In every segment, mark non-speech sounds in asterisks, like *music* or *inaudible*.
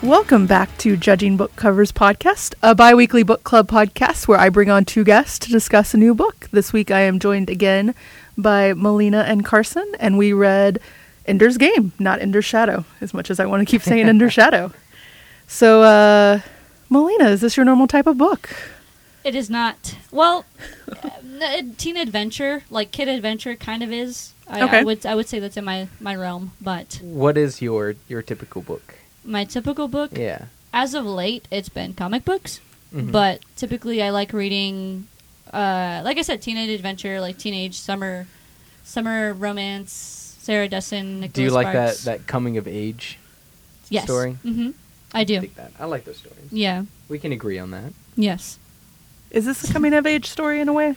Welcome back to Judging Book Covers Podcast, a bi weekly book club podcast where I bring on two guests to discuss a new book. This week I am joined again by Melina and Carson, and we read Ender's Game, not Ender's Shadow, as much as I want to keep saying *laughs* Ender's Shadow. So, uh, Melina, is this your normal type of book? It is not. Well, uh, n- teen adventure, like kid adventure, kind of is. I, Okay. I would I would say that's in my my realm, but What is your your typical book? my typical book Yeah. as of late it's been comic books, Mhm. but typically I like reading, uh, like I said, teenage adventure, like teenage summer, summer romance. Sarah Dessen. Nicholas do you like that Sparks. that coming of age yes. story? Mm-hmm. I do. dig that. I like those stories. Yeah. We can agree on that. Yes. Is this a coming of age story in a way?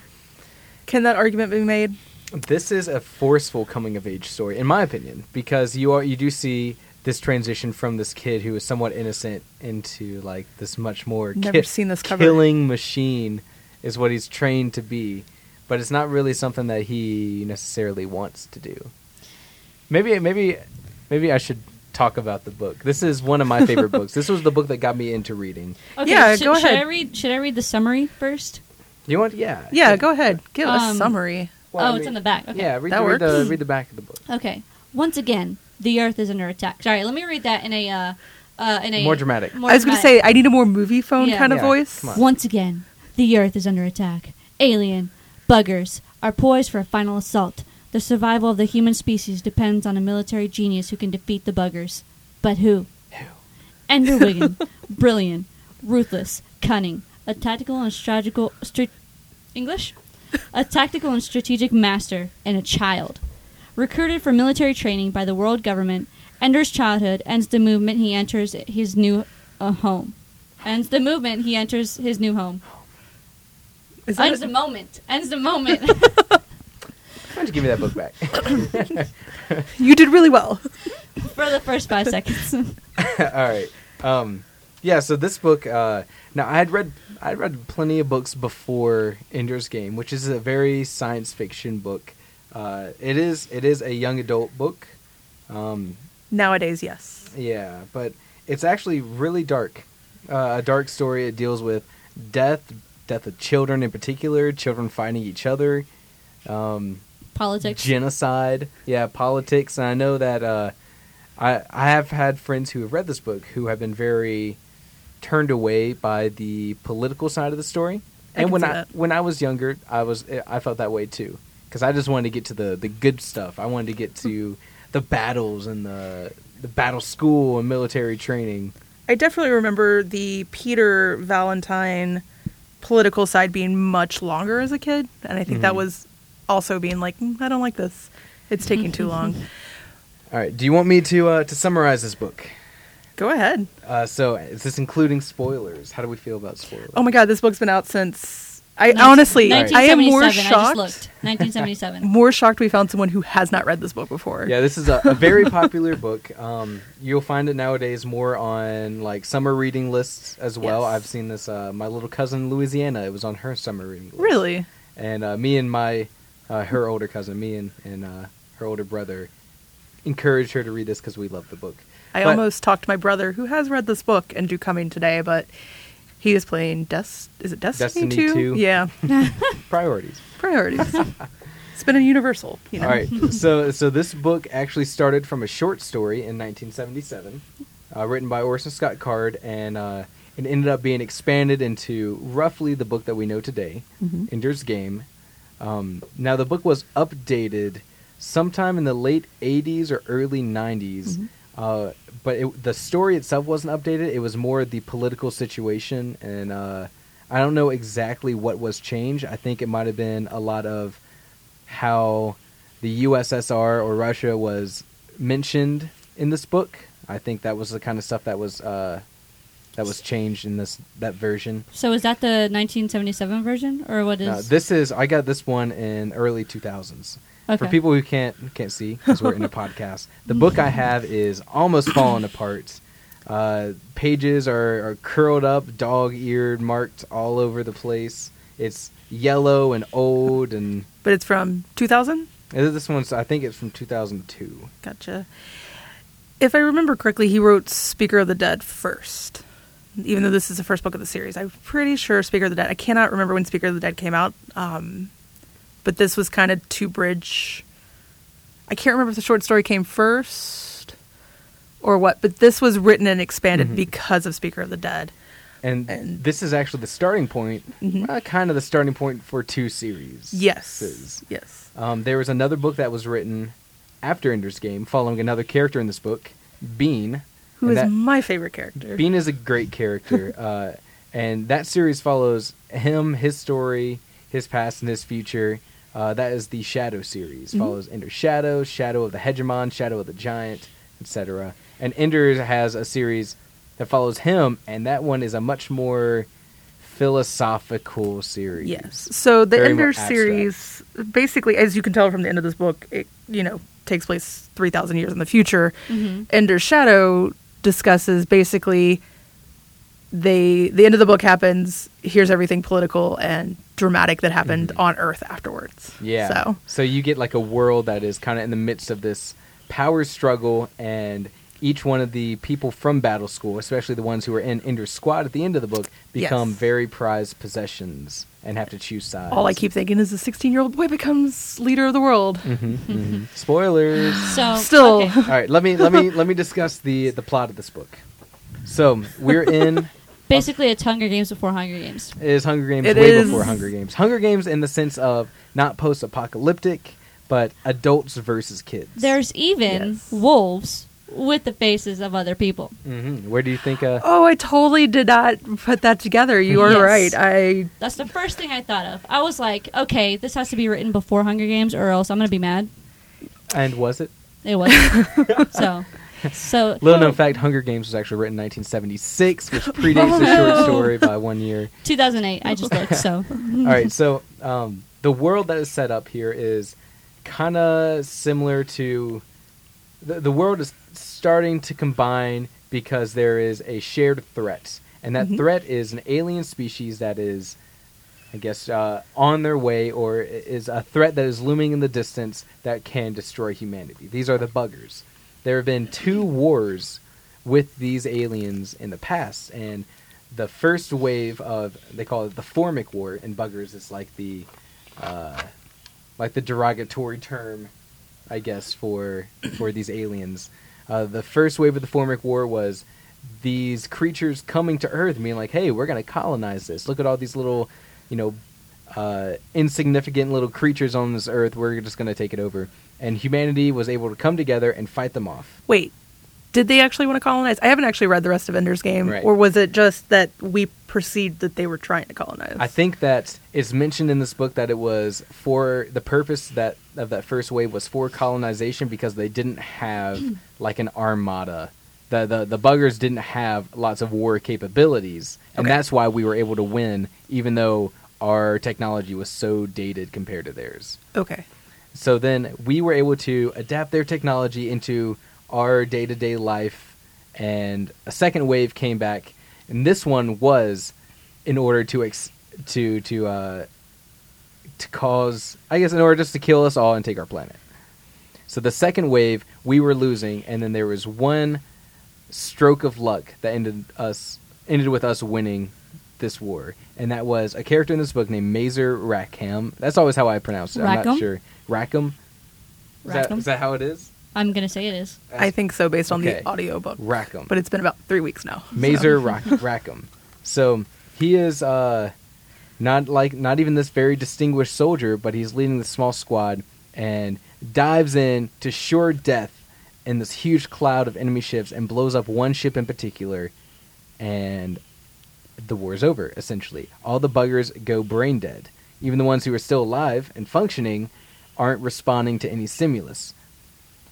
Can that argument be made? This is a forceful coming of age story, in my opinion, because you are you do see this transition from this kid who is somewhat innocent into like this much more Never seen this cover. killing machine is what he's trained to be, but it's not really something that he necessarily wants to do. Maybe maybe maybe I should talk about the book. This is one of my favorite books. This was the book that got me into reading. Okay. Yeah, should, go Should I ahead. read? Should I read the summary first? You want yeah. Yeah, go ahead. Give us Um, a summary. Well, oh, I it's mean- in the back. Okay. Yeah, read, That the, read the works. read the back of the book. Okay. Once again, the Earth is under attack. Sorry, let me read that in a uh, uh, in a More dramatic. more I was going to dramatic- say, I need a more movie phone Yeah. kind of Yeah, voice. come on. Once again, the Earth is under attack. Alien buggers are poised for a final assault. The survival of the human species depends on a military genius who can defeat the buggers. But who? *laughs* Ender Wiggin, brilliant, ruthless, cunning, a tactical and strategical stra- English, a tactical and strategic master, and a child. Recruited for military training by the world government, Ender's childhood ends the movement he enters his new uh, home. Ends the movement he enters his new home. Is that Ends the moment. Ends *laughs* the moment. Why don't you give me that book back? You did really well. for the first five seconds. *laughs* *laughs* All right. Um, yeah. So this book. Uh, now I had read I had read plenty of books before Ender's Game, which is a very science fiction book. Uh, it is it is a young adult book. Um, Nowadays, yes. yeah, but it's actually really dark. Uh, a dark story. It deals with death, death of children in particular, children fighting each other. Um, Politics. genocide. Yeah, politics. And I know that uh, I I have had friends who have read this book who have been very turned away by the political side of the story. I and can when see I that. when I was younger, I was I felt that way too because I just wanted to get to the the good stuff. I wanted to *laughs* get to the battles and the the battle school and military training. I definitely remember the Peter Valentine political side being much longer as a kid, and I think that Mhm. was also being like, "Mm, I don't like this. It's taking too *laughs* long. All right, do you want me to uh, to summarize this book? Go ahead. Uh, so is this including spoilers? How do we feel about spoilers? Oh my god, this book's been out since I Nineteen- honestly I am more 1977, I just shocked. *laughs* looked. 1977. More shocked we found someone who has not read this book before. Yeah, this is a, a very popular book. Um, you'll find it nowadays more on like summer reading lists as well. Yes. I've seen this. Uh, my little cousin in Louisiana, it was on her summer reading list. Really? And uh, me and my uh, her older cousin, me and and uh, her older brother, encouraged her to read this because we love the book. I But- almost talked to my brother who has read this book and do coming today, but he is playing Des is it Destiny, Destiny 2? 2. *laughs* Yeah. priorities. Priorities. *laughs* it's been a universal, you know. All right. So so this book actually started from a short story in 1977, uh, written by Orson Scott Card, and uh, it ended up being expanded into roughly the book that we know today, Mm-hmm. Ender's Game. Um, now the book was updated sometime in the late 80s or early 90s. Mm-hmm. Uh, but it, the story itself wasn't updated. It was more the political situation, and uh, I don't know exactly what was changed. I think it might have been a lot of how the USSR or Russia was mentioned in this book. I think that was the kind of stuff that was uh, that was changed in this that version. So is that the 1977 version, or what is? Now, this is I got this one in early 2000s. For Okay. people who can't can't see *laughs* because we're in a podcast, the book I have is almost falling apart. Uh, pages are, are curled up, dog eared, marked all over the place. It's yellow and old, and But it's from 2000? this one's I think it's from 2002. Gotcha. if I remember correctly, he wrote Speaker of the Dead first. Even though this is the first book of the series, I'm pretty sure Speaker of the Dead. I cannot remember when Speaker of the Dead came out, um, but this was kind of to bridge. I can't remember if the short story came first or what, but this was written and expanded Mm-hmm. because of Speaker of the Dead. And, And- Mm-hmm. this is actually the starting point, uh, kind of the starting point for two series. Yes, Is. yes, Um, there was another book that was written after Ender's Game, following another character in this book, Bean. Who And is that- my favorite character? Bean is a *laughs* great character, uh, and that series follows him, his story, his past, and his future. Uh, that is the Shadow series. Mm-hmm. Follows Ender's Shadow, Shadow of the Hegemon, Shadow of the Giant, etc. And Ender has a series that follows him, and that one is a much more philosophical series. Yes. So the Very more Ender abstract. series, basically, as you can tell from the end of this book, it you know takes place three thousand years in the future. Ender's Shadow discusses basically they the end of the book happens. Here's everything political and dramatic that happened on Earth afterwards. Mm-hmm. Yeah. So you get like a world that is kind of in the midst of this power struggle, and each one of the people from Battle School, especially the ones who are in Ender's squad at the end of the book, become Yes. very prized possessions and have to choose sides. all I keep thinking is a sixteen year old boy becomes leader of the world. Mm-hmm. *gasps* Spoilers. So *laughs* Still. okay. all right, let me let me let me discuss the the plot of this book. So we're in. basically, it's Hunger Games before Hunger Games. It is Hunger Games It way is. before Hunger Games. Hunger Games in the sense of not post-apocalyptic, but adults versus kids. There's even Yes. wolves with the faces of other people. hmm Where do you think? Uh, Oh, I totally did not put that together. *laughs* You are Yes. right. I That's the first thing I thought of. I was like, okay, this has to be written before Hunger Games, or else I'm gonna be mad. and was it? It wasn't. so, so Little known fact: Hunger Games was actually written in 1976, which predates the short story by one year. 2008. I just looked. *laughs* So All right, so um, the world that is set up here is kind of similar to the, the world is starting to combine because there is a shared threat, and that threat is an alien species that is, I guess, uh, on their way or i- is a threat that is looming in the distance that can destroy humanity. These are the buggers. There have been two wars with these aliens in the past, and the first wave of they call it the Formic War in buggers is like the uh, like the derogatory term, I guess, for for these aliens. Uh, the first wave of the Formic War was these creatures coming to Earth, and being like, "Hey, we're gonna colonize this. Look at all these little, you know, uh, insignificant little creatures on this Earth. We're just gonna take it over." And humanity was able to come together and fight them off. wait, did they actually want to colonize? I haven't actually read the rest of Ender's Game, Right. or was it just that we perceived that they were trying to colonize? I think that it's mentioned in this book that it was for the purpose that of that first wave was for colonization because they didn't have like an armada. The the, the buggers didn't have lots of war capabilities, and Okay. that's why we were able to win, even though our technology was so dated compared to theirs. Okay. So then we were able to adapt their technology into our day to day life, and a second wave came back, and this one was in order to ex- to to uh, to cause, I guess, in order just to kill us all and take our planet. So the second wave, we were losing, and then there was one stroke of luck that ended us ended with us winning this war, and that was a character in this book named Mazer Rackham. That's always how I pronounce it. I'm not Rackham? sure. Rackham. Is that, Rackham? is that how it is? I'm gonna say it is. I think so, based on Okay. the audiobook. Rackham. But it's been about three weeks now. so- Mazer Rack- Rackham. So he is uh, not like not even this very distinguished soldier, but he's leading the small squad and dives in to sure death in this huge cloud of enemy ships and blows up one ship in particular, and the war's over. Essentially, all the buggers go brain dead. Even the ones who are still alive and functioning aren't responding to any stimulus.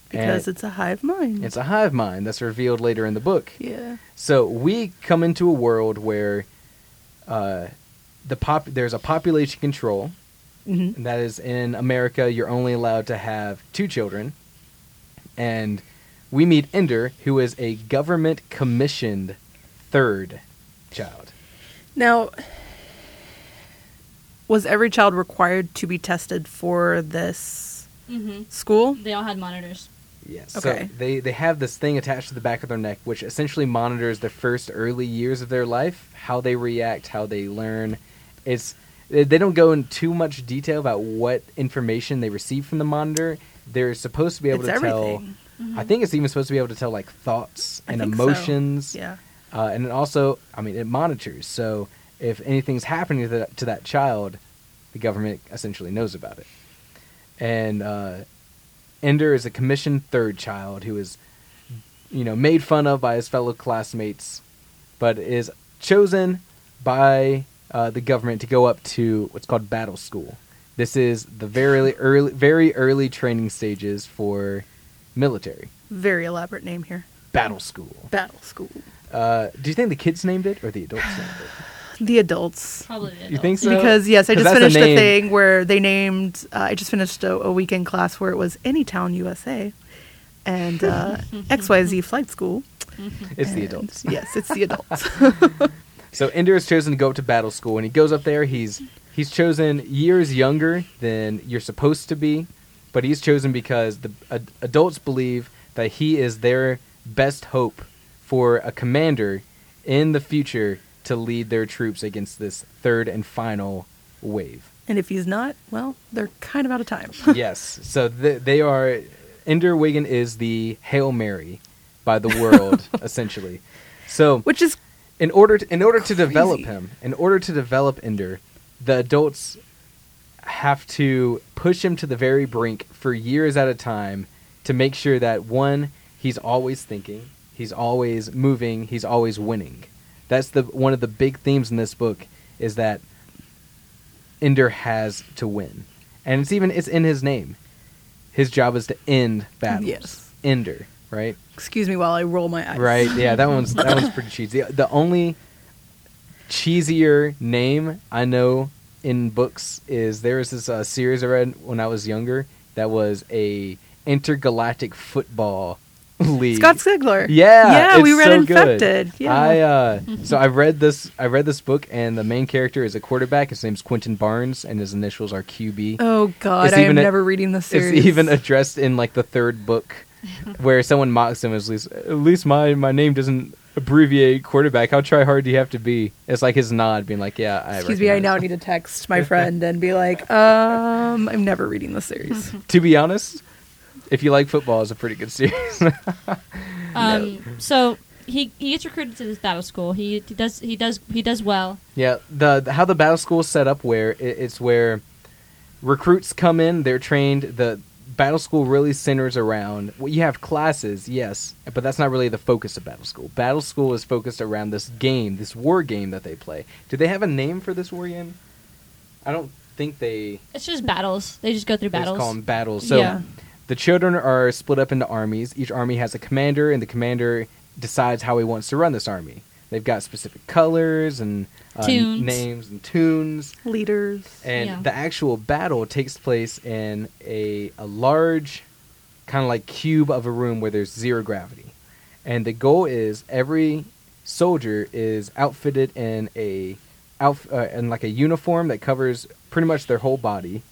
Because And it's a hive mind. it's a hive mind that's revealed later in the book. yeah. So we come into a world where uh, the pop there's a population control, hmm and that is in America you're only allowed to have two children, and we meet Ender, who is a government commissioned third child. Now, was every child required to be tested for this Mm-hmm. school? They all had monitors. Yes. Okay. So they, they have this thing attached to the back of their neck, which essentially monitors the first early years of their life, how they react, how they learn. It's they they don't go in too much detail about what information they receive from the monitor. They're supposed to be able It's to everything. Mm-hmm. Mhm. tell. I think it's even supposed to be able to tell like thoughts I and think so. emotions. Yeah. Uh, and it also, I mean, it monitors. So if anything's happening to that, to that child, the government essentially knows about it. And uh, Ender is a commissioned third child who is, you know, made fun of by his fellow classmates, but is chosen by uh, the government to go up to what's called battle school. This is the very early, very early training stages for military Very elaborate name here. battle school. Battle school. Uh, do you think the kids named it or the adults named it? The adults. Probably. You think so? because yes, I 'Cause just that's finished a name. thing where they named. Uh, I just finished a, a weekend class where it was Anytown USA, and uh, *laughs* XYZ Flight School. It's the And, adults. Yes, it's *laughs* the adults. *laughs* So Ender is chosen to go up to battle school. When he goes up there, he's he's chosen years younger than you're supposed to be, but he's chosen because the ad- adults believe that he is their best hope for a commander in the future to lead their troops against this third and final wave. and if he's not, well, they're kind of out of time. yes. So th- they are. Ender Wigan is the Hail Mary by the world, essentially. *laughs* So Which is in order to, in order to develop Crazy. him, in order to develop Ender, the adults have to push him to the very brink for years at a time to make sure that one, he's always thinking, he's always moving, he's always winning. That's the one of the big themes in this book is that Ender has to win. And it's even it's in his name. His job is to end battles. Yes. Ender, right? excuse me while I roll my eyes. *laughs* Right. Yeah, that one's that one's pretty cheesy. The, the only cheesier name I know in books is there was this uh, series I read when I was younger that was a *laughs* intergalactic football league. Scott Sigler. Yeah, yeah, we it's read so Infected. Good. Yeah, *laughs* I uh, so I read this. I read this book, and the main character is a quarterback. His name's Quentin Barnes, and his initials are QB. Oh God, It's I am even a- never reading this series. It's even addressed in like the *laughs* third book, where someone mocks him. At least, at least my my name doesn't abbreviate quarterback. How try hard do you have to be? It's like his nod, being like, "Yeah, I." Excuse me, I now recognize." need to text *laughs* my friend and be like, um, I'm never reading this *laughs* series. To be honest, if you like football, it's a pretty good series. Um, So he he gets recruited to this battle school. He, he does he does he does well. yeah, the, the- how the battle school is set up, where it, it's where recruits come in, they're trained. The battle school really centers around. Well, you have classes, yes, but that's not really the focus of battle school. Battle school is focused around this game, this war game that they play. Do they have a name for this war game? I don't think they. It's just battles. They just go through They just battles. call them battles. So Yeah. the children are split up into armies. Each army has a commander, and the commander decides how he wants to run this army. They've got specific colors and uh, Tunes. names and tunes. Leaders. And Yeah. the actual battle takes place in a, a large, kind of like cube of a room where there's zero gravity. And the goal is every soldier is outfitted in a outf- uh, in like a uniform that covers pretty much their whole body,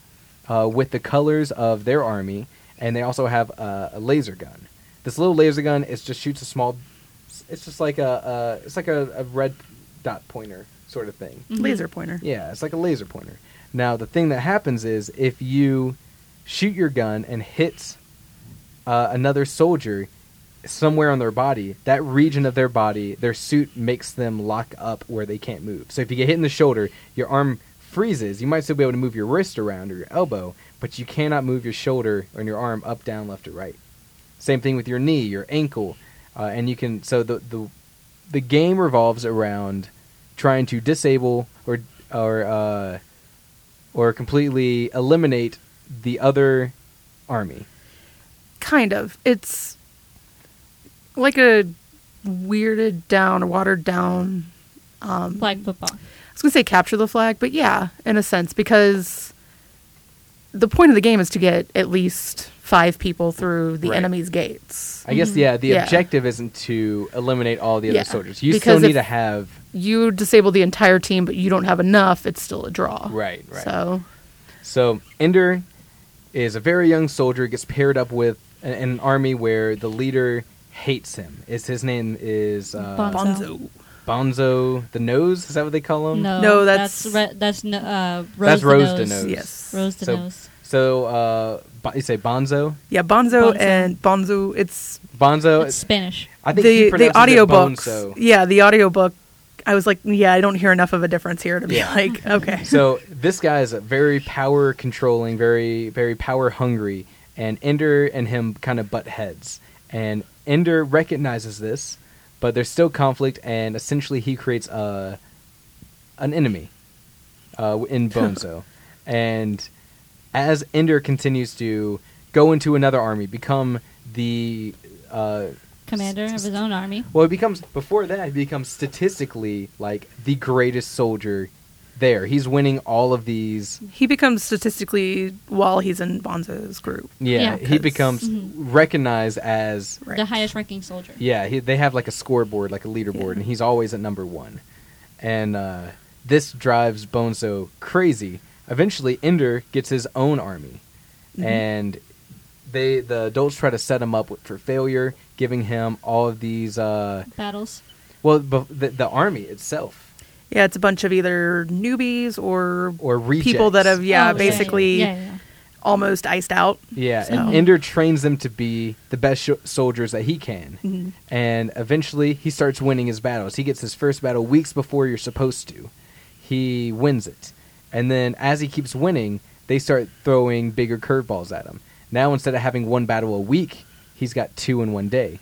uh, with the colors of their army. And they also have a, a laser gun. This little laser gun is just shoots a small. It's just like a, a it's like a, a red dot pointer sort of thing. Mhm. Laser pointer. Mm-hmm. Yeah, it's like a laser pointer. Now, the thing that happens is if you shoot your gun and hit uh, another soldier somewhere on their body, that region of their body, their suit makes them lock up where they can't move. So if you get hit in the shoulder, your arm freezes. You might still be able to move your wrist around or your elbow, but you cannot move your shoulder and your arm up, down, left, or right. Same thing with your knee, your ankle, uh, and you can. So the the the game revolves around trying to disable or or uh, or completely eliminate the other army. Kind of. It's like a weirded down, watered down. flag football. I was gonna say capture the flag, but yeah, in a sense, because the point of the game is to get at least five people through the Right. enemy's gates. I guess yeah. The Mm-hmm. Yeah. objective isn't to eliminate all the other Yeah, soldiers. You because still need if- to have You disable the entire team, but you don't have enough. It's still a draw. Right, right. So So Ender is a very young soldier, gets paired up with an, an army where the leader hates him. It's his name is uh, Bonzo. Bonzo the Nose. Is that what they call him? No, No, that's that's- re- that's no, uh, Rose That's the Rose the nose. Nose. Yes. Rose the So- nose. So uh, Bo- you say Bonzo, Yeah, Bonzo, Bonzo. and Bonzo. It's Bonzo. That's Spanish. I think he the pronounces the it audiobook. Bonzo. Yeah, the audiobook. I was like, yeah, I don't hear enough of a difference here to be Yeah. *laughs* like, okay. *laughs* so this guy is a very power controlling, very very power hungry, and Ender and him kind of butt heads. And Ender recognizes this, but there's still conflict, and essentially he creates a an enemy uh, *laughs* in Bonzo. and as Ender continues to go into another army, become the uh, Commander of his own army. well, it becomes before that. It becomes statistically like the greatest soldier there. He's winning all of these. He becomes statistically while he's in Bonzo's group. Yeah, Yeah, he 'cause- becomes Mhm. recognized as. Right. The highest ranking soldier. Yeah, he, they have like a scoreboard, like a leaderboard, Yeah. and he's always at number one. And uh, this drives Bonzo crazy. Eventually, Ender gets his own army, and they the adults try to set him up for failure, giving him all of these. Uh, Battles. Oh, well, bef- the, the army itself. Yeah, it's a bunch of either newbies or Or people that rejects. have yeah Oh, basically Yeah, yeah. almost iced out. Yeah, So- and Ender trains them to be the best sh- soldiers that he can. And eventually, he starts winning his battles. He gets his first battle weeks before you're supposed to. He wins it. And then, as he keeps winning, they start throwing bigger curveballs at him. Now, instead of having one battle a week, he's got two in one day.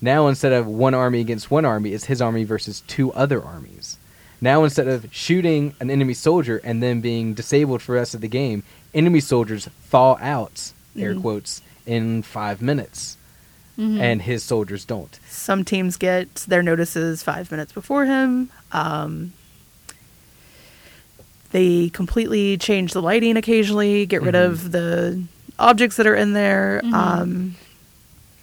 Now, instead of one army against one army, it's his army versus two other armies. Now, instead of shooting an enemy soldier and then being disabled for the rest of the game, enemy soldiers thaw out, air quotes, in five minutes, Mhm. and his soldiers don't. Some teams get their notices five minutes before him. Um, they completely change the lighting occasionally, get rid Mm-hmm. of the objects that are in there. Mm-hmm. Um,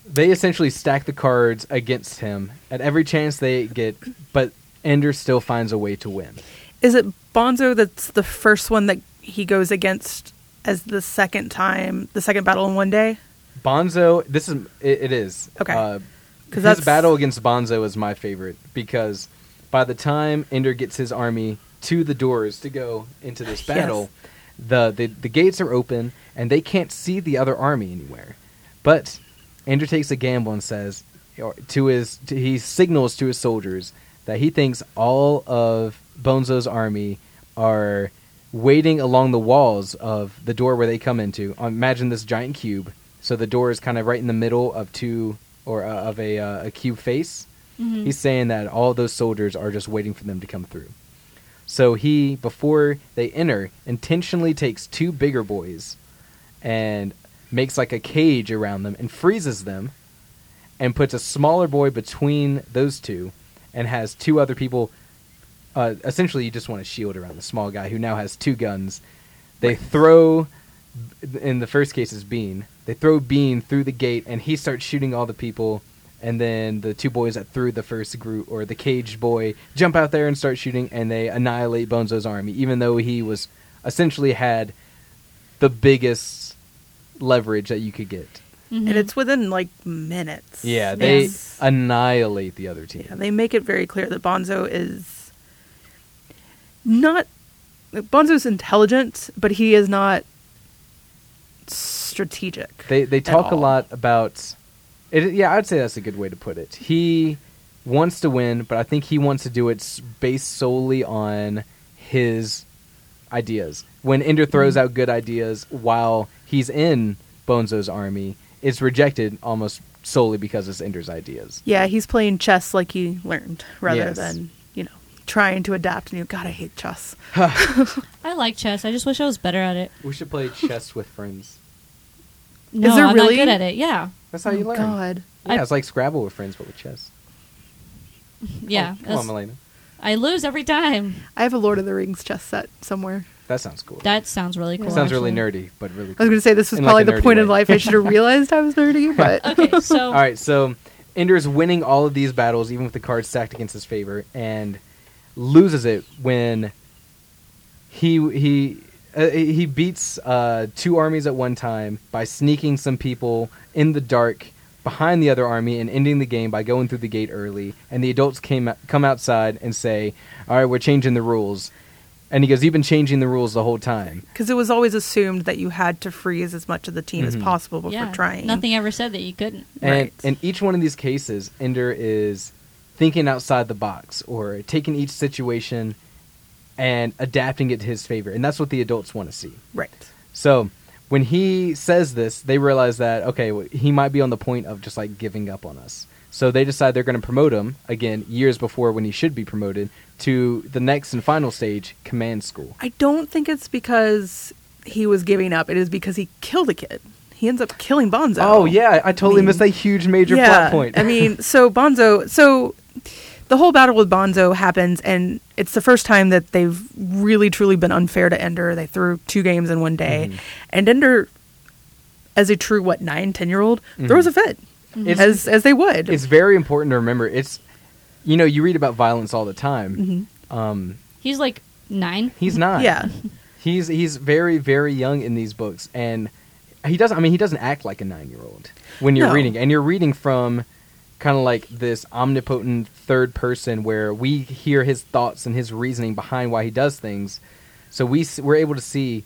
They essentially stack the cards against him at every chance they get, but Ender still finds a way to win. is it Bonzo that's the first one that he goes against as the second time, the second battle in one day? Bonzo, this is it, it is Okay. Uh, 'Cause his that's- battle against Bonzo is my favorite because by the time Ender gets his army to the doors to go into this Yes. battle, the, the the gates are open and they can't see the other army anywhere. But Ender takes a gamble and says or to his to, he signals to his soldiers that he thinks all of Bonzo's army are waiting along the walls of the door where they come into. Um, Imagine this giant cube. So the door is kind of right in the middle of two or uh, of a uh, a cube face. He's saying that all those soldiers are just waiting for them to come through. So he, before they enter, intentionally takes two bigger boys and makes like a cage around them and freezes them and puts a smaller boy between those two and has two other people. Uh, essentially, you just want a shield around the small guy who now has two guns. They throw, in the first case, is Bean. They throw Bean through the gate and he starts shooting all the people. And then the two boys that threw the first group or the caged boy jump out there and start shooting and they annihilate Bonzo's army, even though he was essentially had the biggest leverage that you could get. Mm-hmm. Mm-hmm. And it's within like minutes. Yeah, they It's- annihilate the other team. Yeah, they make it very clear that Bonzo is not. Bonzo's intelligent, but he is not strategic. They they at talk a all. lot about it. Yeah, I'd say that's a good way to put it. He wants to win, but I think he wants to do it s- based solely on his ideas. When Ender throws Mm-hmm. out good ideas while he's in Bonzo's army, it's rejected almost solely because it's Ender's ideas. Yeah, he's playing chess like he learned rather Yes. than, you know, trying to adapt new. God, I hate chess. I like chess. I just wish I was better at it. We should *laughs* play chess with friends. No, there I'm really? not good at it. Yeah. That's how you learn. Oh, God. Yeah, I- it's like Scrabble with friends, but with chess. Yeah. Oh, come that's- on, Melena. I lose every time. I have a Lord of the Rings chess set somewhere. That sounds cool. That sounds really cool. Sounds really actually. nerdy, but I really. was going to say this was In, like, probably a the nerdy point in way. life I should *laughs* have realized I was nerdy, but *laughs* Okay, so All right, so Ender's winning all of these battles, even with the cards stacked against his favor, and loses it when he he Uh, he beats uh, two armies at one time by sneaking some people in the dark behind the other army and ending the game by going through the gate early. And the adults came come outside and say, "All right, we're changing the rules." And he goes, "You've been changing the rules the whole time." Because it was always assumed that you had to freeze as much of the team as Mhm. possible before yeah, trying. Nothing ever said that you couldn't. And Right. in each one of these cases, Ender is thinking outside the box or taking each situation and adapting it to his favor. And that's what the adults want to see. Right. So when he says this, they realize that, okay, w- he might be on the point of just like giving up on us. So they decide they're going to promote him again years before when he should be promoted to the next and final stage, command school. I don't think it's because he was giving up. It is because he killed a kid. He ends up killing Bonzo. Oh, yeah, I totally mean- missed a huge major plot point. I *laughs* mean, so Bonzo, so the whole battle with Bonzo happens, and it's the first time that they've really truly been unfair to Ender. They threw two games in one day, Mhm. and Ender, as a true what nine ten year old, throws a fit, Mm-hmm. It's- as as they would. it's very important to remember. It's, you know, you read about violence all the time. Mhm. Um, He's like nine. he's not. yeah, He's he's very very young in these books, and he doesn't. I mean, he doesn't act like a nine year old when you're No. reading, and you're reading from kind of like this omnipotent third person where we hear his thoughts and his reasoning behind why he does things. So we s- we're able to see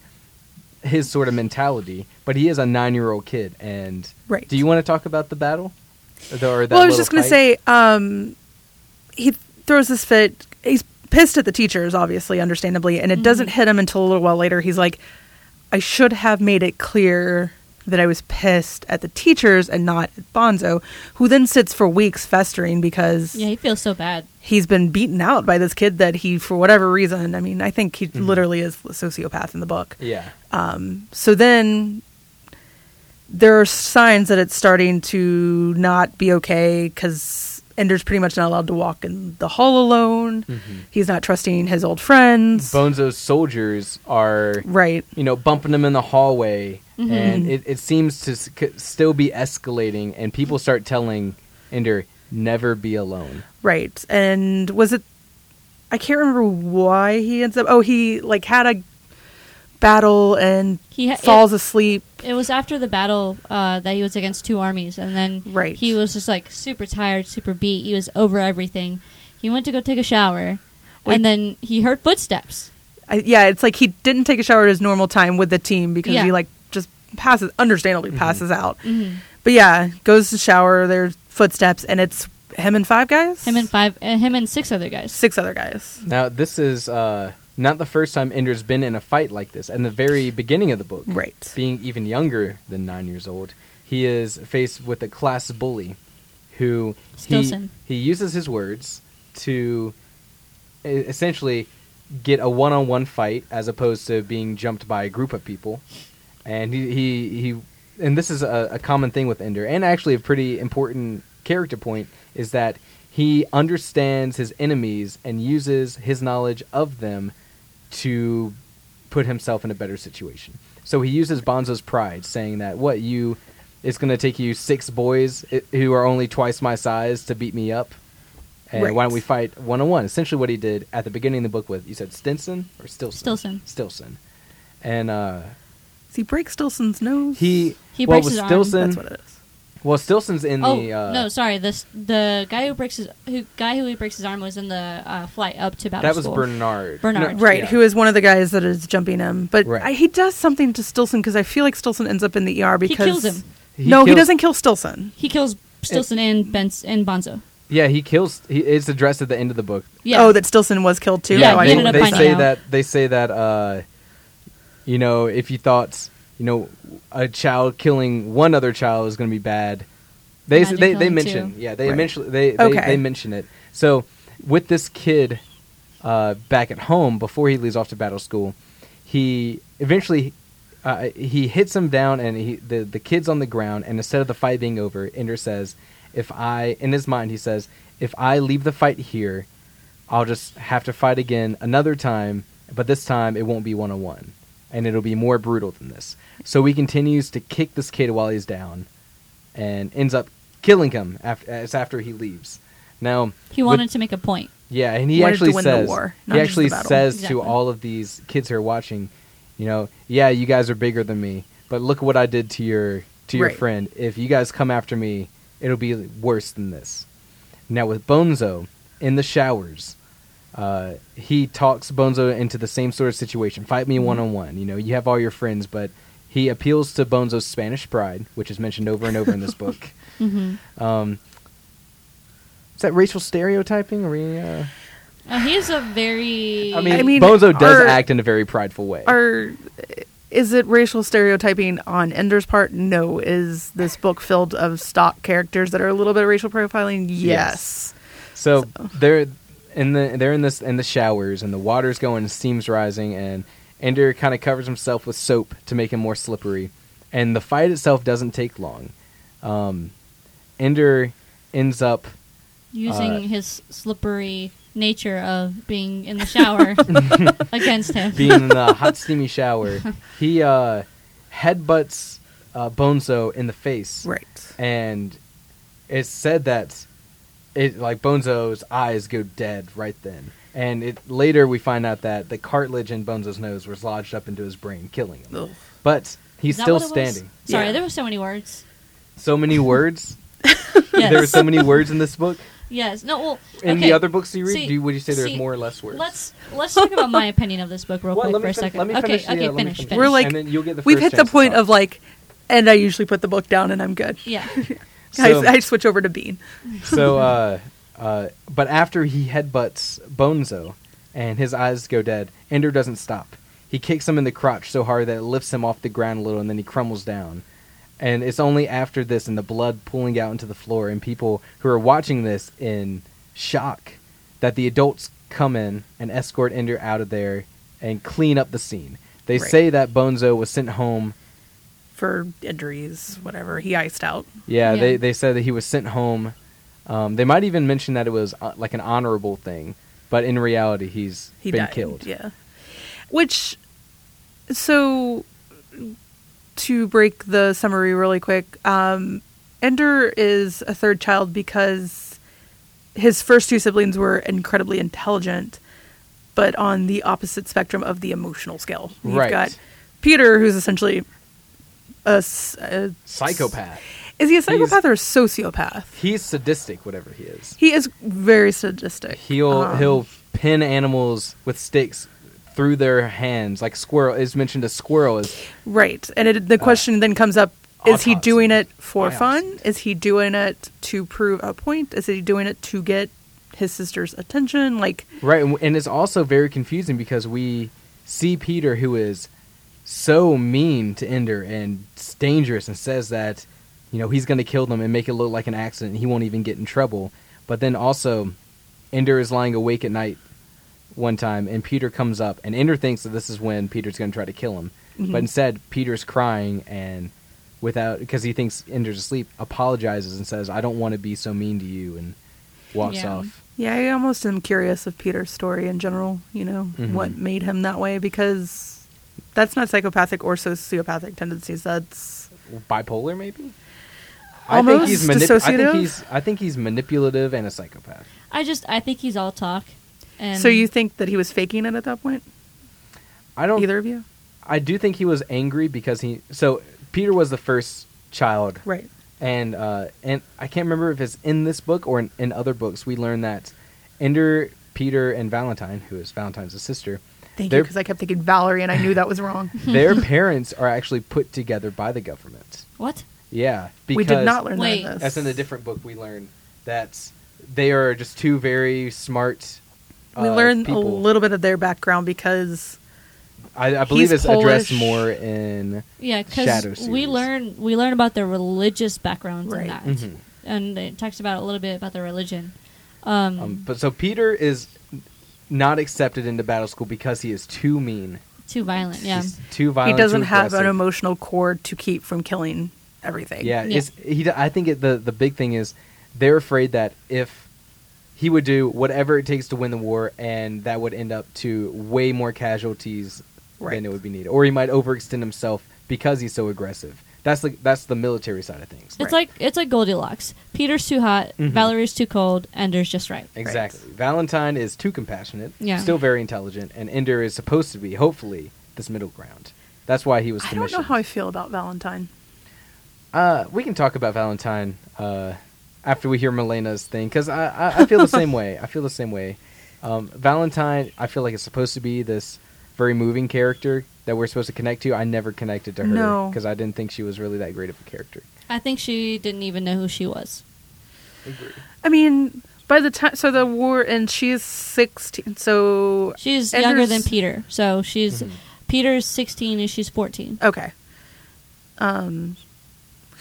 his sort of mentality, but he is a nine year old kid. And Right. do you want to talk about the battle? Or the- or that well, I was little just going to fight? say, um, he throws this fit. He's pissed at the teachers, obviously, understandably, and it doesn't hit him until a little while later. He's like, I should have made it clear that I was pissed at the teachers and not at Bonzo, who then sits for weeks festering because Yeah, he feels so bad. he's been beaten out by this kid that he, for whatever reason, I mean, I think he Mm-hmm. literally is a sociopath in the book. yeah. uh, So then there are signs that it's starting to not be okay because Ender's pretty much not allowed to walk in the hall alone. He's not trusting his old friends. Bonzo's soldiers are right. you know, bumping them in the hallway, and it, it seems to s- c- still be escalating, and people start telling Ender, never be alone. Right. And was it I can't remember why he ends up oh he like had a battle and He ha- falls asleep. It was after the battle uh, that he was against two armies, and then Right. he was just like super tired, super beat. He was over everything. He went to go take a shower, Wait. and then he heard footsteps. I, yeah, it's like he didn't take a shower at his normal time with the team because Yeah. he like just passes understandably passes out. But yeah, goes to shower, there's footsteps and it's him and five guys? Him and five, uh, him and six other guys. six other guys. Now, this is uh, not the first time Ender's been in a fight like this. In the very beginning of the book, Right. being even younger than nine years old, he is faced with a class bully who he, Stilson. he uses his words to e- essentially get a one on one fight as opposed to being jumped by a group of people. And he, he, he and this is a, a common thing with Ender, and actually a pretty important character point is that he understands his enemies and uses his knowledge of them to put himself in a better situation. So he uses Bonzo's pride, saying that what you it's going to take you six boys i- who are only twice my size to beat me up. And why Right. don't we fight one on one? Essentially, what he did at the beginning of the book with you said Stinson or Stilson. Stilson. Stilson, and uh, He breaks Stilson's nose. he He well, breaks with his arm. Stilson, That's what it is. well, Stilson's in oh the uh, no, sorry. This the guy who breaks his who guy who breaks his arm was in the uh, flight up to battle. that was school. Bernard. Bernard. No, Right, yeah. who is one of the guys that is jumping him. But Right. I, he does something to Stilson because I feel like Stilson ends up in the ER He because. kills him. He no, he kills- doesn't kill Stilson. He kills Stilson and Benz and Bonzo. Yeah, he kills. He, it's addressed at the end of the book. Yeah. Oh, that Stilson was killed too? Yeah, Oh, I he they, ended didn't up they know finding say out. that they say that uh, you know if you thought you know a child killing one other child is going to be bad. They Imagine they, they killing mention two. yeah they Right. mention they they, Okay. they mention it. So with this kid uh, back at home before he leaves off to battle school, he eventually. Uh, he hits him down, and he, the the kid's on the ground. And instead of the fight being over, Ender says, "If I," in his mind, he says, "If I leave the fight here, I'll just have to fight again another time, but this time it won't be one on one, and it'll be more brutal than this. So he continues to kick this kid while he's down, and ends up killing him after as after he leaves. Now He with- wanted to make a point. yeah, and he Wanted to actually win the says war, not he just the actually battle. says Exactly. to all of these kids who are watching, You know, yeah, you guys are bigger than me, but look what I did to your to your Right. friend. If you guys come after me, it'll be worse than this. Now with Bonzo in the showers, uh, he talks Bonzo into the same sort of situation. Fight Mm-hmm. me one on one. You know, you have all your friends, but he appeals to Bonzo's Spanish pride, which is mentioned over and over *laughs* in this book. Mm-hmm. Um, is that racial stereotyping? Are we, uh, Uh, he is a very. uh, I, mean, I mean, Bonzo does are- act in a very prideful way. Are is it racial stereotyping on Ender's part? No. Is this book filled of stock characters that are a little bit of racial profiling? Yes. Yes. so, they're in the they're in this in the showers, and the water's going, and steam's rising, and Ender kind of covers himself with soap to make him more slippery. And the fight itself doesn't take long. Um, Ender ends up using uh, his slippery nature of being in the *laughs* shower against him. being in the hot steamy *laughs* shower. He uh, headbutts uh, Bonzo in the face. Right. and it said that it like Bonzo's eyes go dead right then. And it later we find out that the cartilage in Bonzo's nose was lodged up into his brain, killing him. Ugh. But he's Is that still what it was? standing. Sorry, Yeah. there were so many words. So many words. Yes. *laughs* There were so many words in this book. yes. No. Well. In okay. the other books you read, See- do you, would you say there's see, more or less words? Let's let's talk about my opinion of this book real Well, quick let for me a fin- second. let me okay. finish the- okay. yeah, let me finish. finish. finish. We're like And then you'll get the We've first hit the chance to point talk. of like, and I usually put the book down and I'm good. yeah. So- I, I switch over to Bean. so uh, uh, but after he headbutts bonzo and his eyes go dead ender doesn't stop he kicks him in the crotch so hard that it lifts him off the ground a little and then he crumbles down and it's only after this and the blood pooling out into the floor and people who are watching this in shock that the adults come in and escort ender out of there and clean up the scene they Right. say that bonzo was sent home for injuries, whatever. He iced out. Yeah, Yeah. They, they said that he was sent home. Um, they might even mention that it was uh, like an honorable thing, but in reality, he's He been died. killed. Yeah. Which, so to break the summary really quick, um, Ender is a third child because his first two siblings were incredibly intelligent, but on the opposite spectrum of the emotional scale. You've Right. got Peter, who's essentially a, s- a- Psychopath. Is he a psychopath or a sociopath? He's sadistic, whatever he is. He is very sadistic. He'll Um, he'll pin animals with sticks through their hands, like squirrel is mentioned. A squirrel is Right. And it, the question then comes up is he Uh, autopsy. doing it for fun? Biopsy. Is he doing it to prove a point? Is he doing it to get his sister's attention? Like, Right, and, and it's also very confusing because we see Peter, who is so mean to Ender and s- dangerous, and says that you know he's going to kill them and make it look like an accident. and He won't even get in trouble. But then also, Ender is lying awake at night one time, and Peter comes up, and Ender thinks that this is when Peter's going to try to kill him. But instead, Peter's crying and without because he thinks Ender's asleep, apologizes and says, "I don't want to be so mean to you," and walks Yeah. off. yeah, I almost am curious of Peter's story in general, you know, Mhm. what made him that way because that's not psychopathic or sociopathic tendencies. That's bipolar maybe I think Almost he's manip- I think dissociative? he's I think he's manipulative and a psychopath. I just I think he's all talk. And so you think that he was faking it at that point? I don't Either of you? I do think he was angry because he so Peter was the first child Right. and uh and I can't remember if it's in this book or in, in other books we learn that Ender, Peter and Valentine, who is Valentine's *laughs* sister, Thank you, They're- because I kept thinking Valerie and I knew that was wrong. their parents are actually put together by the government. what? Yeah, because we did not learn Wait. that in this. That's in a different book we learned that they are just two very smart we uh, learn a people. little bit of their background because I, I believe He's it's addressed Polish. more in Yeah, Shadow because we series. learn we learn about their religious backgrounds Right. in that, Mhm. and it talks about a little bit about their religion. Um, um, but so Peter is not accepted into battle school because he is too mean. too violent. Yeah, He's too violent. he doesn't too have an aggressive. emotional cord to keep from killing everything. Yeah, Yeah. It's, he. do- I think it, the the big thing is they're afraid that if he would do whatever it takes to win the war, and that would end up to way more casualties Right. than it would be needed, or he might overextend himself because he's so aggressive. That's like that's the military side of things. it's like it's like Goldilocks. Peter's too hot, Mhm. Valerie's too cold, Ender's just right. Exactly. Valentine is too compassionate. Yeah. Still very intelligent, and Ender is supposed to be, hopefully, this middle ground. That's why he was I don't commissioned. know how I feel about Valentine. Uh, we can talk about Valentine uh, after we hear Melena's thing because I, I, I feel the *laughs* same way. I feel the same way. Um, Valentine, I feel like it's supposed to be this very moving character that we're supposed to connect to. I never connected to her No. because I didn't think she was really that great of a character. I think she didn't even know who she was. I mean, by the time so the war and she's sixteen, so She's And younger than there's- Peter, so she's Mhm. Peter's sixteen and she's fourteen. okay. Um,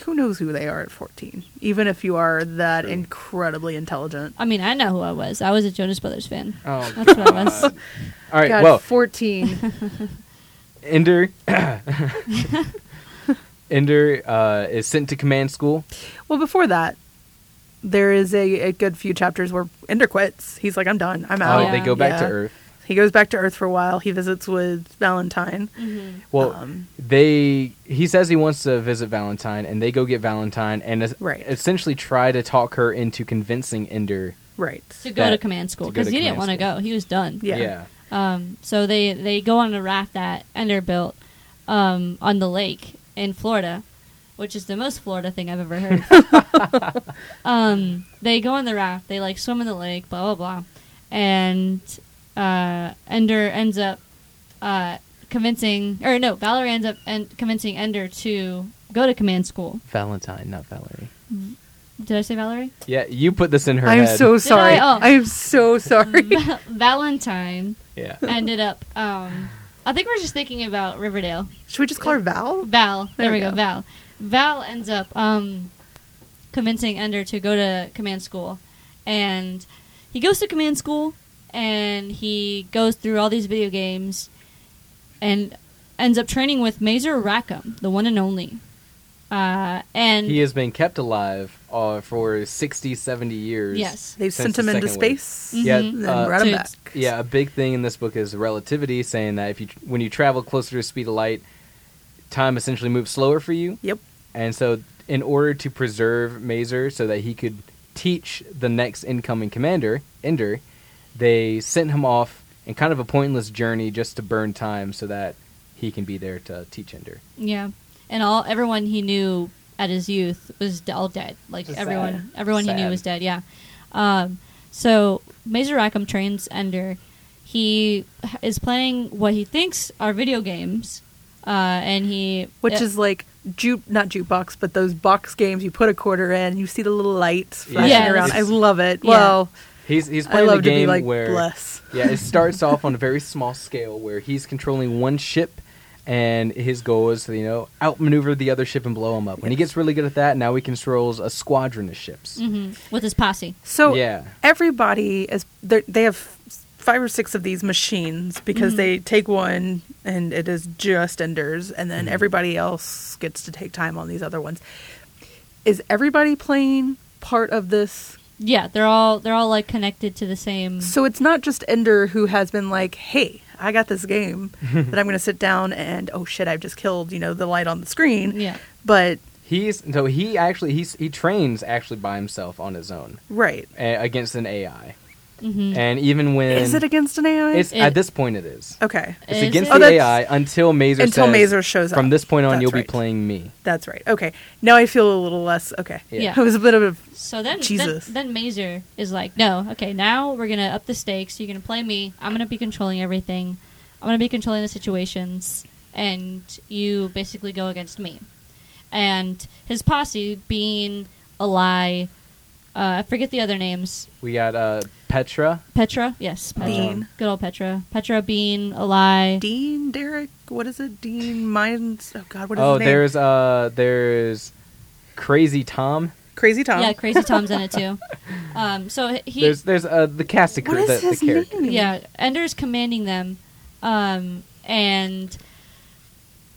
who knows who they are at fourteen? Even if you are that True. incredibly intelligent. I mean, I know who I was. I was a Jonas Brothers fan. Oh, That's what I *laughs* was. All right, God, well, *laughs* fourteen. Ender. *laughs* Ender uh, is sent to command school. *laughs* well, before that, there is a, a good few chapters where Ender quits. He's like, I'm done. I'm Uh, out. yeah. They go back to Yeah. Earth. He goes back to Earth for a while. He visits with Valentine. Mm-hmm. Well, Um, they he says he wants to visit Valentine, and they go get Valentine and es- Right. essentially try to talk her into convincing Ender. Right. To go That- to command school to go because to he didn't command want to school. go. He was done. Yeah. Um, so they, they go on a raft that Ender built um, on the lake in Florida, which is the most Florida thing I've ever heard. um, they go on the raft. They like swim in the lake. Blah blah blah, and uh, Ender ends up uh, convincing, or no, Valerie ends up and convincing Ender to go to command school. Valentine, not Valerie. Did I say Valerie? Yeah, you put this in her I'm head. so sorry. I? Oh. I'm so sorry. *laughs* Valentine yeah. ended up. Um, I think we're just thinking about Riverdale. Should we just call her Val? Val. There, There we we go. go. Val. Val ends up um, convincing Ender to go to command school, and he goes to command school, and he goes through all these video games, and ends up training with Mazer Rackham, the one and only. Uh, and He has been kept alive uh, for 60, 70 years. Yes. They've Since sent him the into second wave. space. Mhm. Yeah, And uh, brought him to- back. Yeah, a big thing in this book is relativity, saying that if you tr- when you travel closer to the speed of light, time essentially moves slower for you. Yep. And so, in order to preserve Mazer so that he could teach the next incoming commander, Ender, they sent him off in kind of a pointless journey just to burn time so that he can be there to teach Ender. yeah, and all everyone he knew at his youth was d- all dead. Like Just everyone, sad. everyone he knew Sad. was dead. Yeah. Um, so Mazer Rackham trains Ender. He h- is playing what he thinks are video games, uh, and he Which uh, is like juke, not jukebox, but those box games. You put a quarter in, you see the little lights flashing Yes. around. I love it. Yeah. Well, He's he's I playing a love to be game like where bless. yeah, it *laughs* starts off on a very small scale where he's controlling one ship, and his goal is to you know outmaneuver the other ship and blow him up. When he gets really good at that, now he controls a squadron of ships. Mm. mhm, with his posse. So yeah, everybody is they're- they have five or six of these machines because Mhm. they take one and it is just enders and then Mhm. everybody else gets to take time on these other ones is everybody playing part of this Yeah, they're all they're all like connected to the Mm-hmm. same. so it's not just ender who has been like hey i got this *laughs* game that i'm going to sit down and oh shit i've just killed you know the light on the screen yeah, but he's so he actually he's he trains actually by himself on his own right uh, against an AI, hmm and even when is it against an ai it's It- at this point it is. okay It's Is against it? Oh, the that's- AI until Mazer until says, Mazer shows up From this point on, That's you'll be right. playing me. That's right. Okay. Now I feel a little less. Okay. Yeah. Yeah. It was a bit of So then, Jesus. then, then Mazer is like, no, okay, now we're gonna up the stakes. You're gonna play me. I'm gonna be controlling everything. I'm gonna be controlling the situations, and you basically go against me. And his posse being Eli, uh, I forget the other names. We got uh, Petra. Petra, yes, Petra. Bean. good old Petra. Petra, Bean, Eli. Dean Derek. What is it? Dean Mines. Oh God. What is Oh, his name? there's uh, there's Crazy Tom. Crazy Tom. Yeah, Crazy Tom's in it *laughs* too. Um, so h- he there's there's uh, the cast of What cr- is the, the his character. name? Yeah, Ender's commanding them, um, and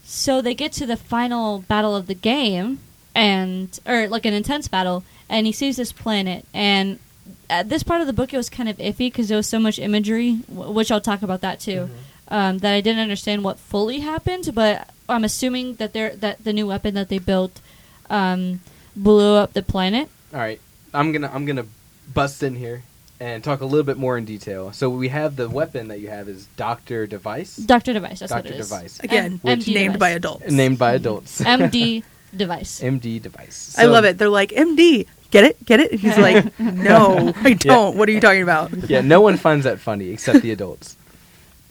so they get to the final battle of the game, and or like an intense battle, and he sees this planet, and at this part of the book it was kind of iffy because there was so much imagery, w- which I'll talk about that too, Mm-hmm. um, that I didn't understand what fully happened, but I'm assuming that they're that the new weapon that they built um, blew up the planet. All right, I'm gonna I'm gonna bust in here and talk a little bit more in detail. So we have the weapon that you have is Doctor Device, Doctor Device. That's Doctor what it is. Device, Again, M- named MD device. by adults. named by adults *laughs* MD Device. MD Device. I So- love it. They're like, MD, get it? Get it? And he's *laughs* like, no, I don't. What are you talking about? Yeah, no one finds that funny except the adults.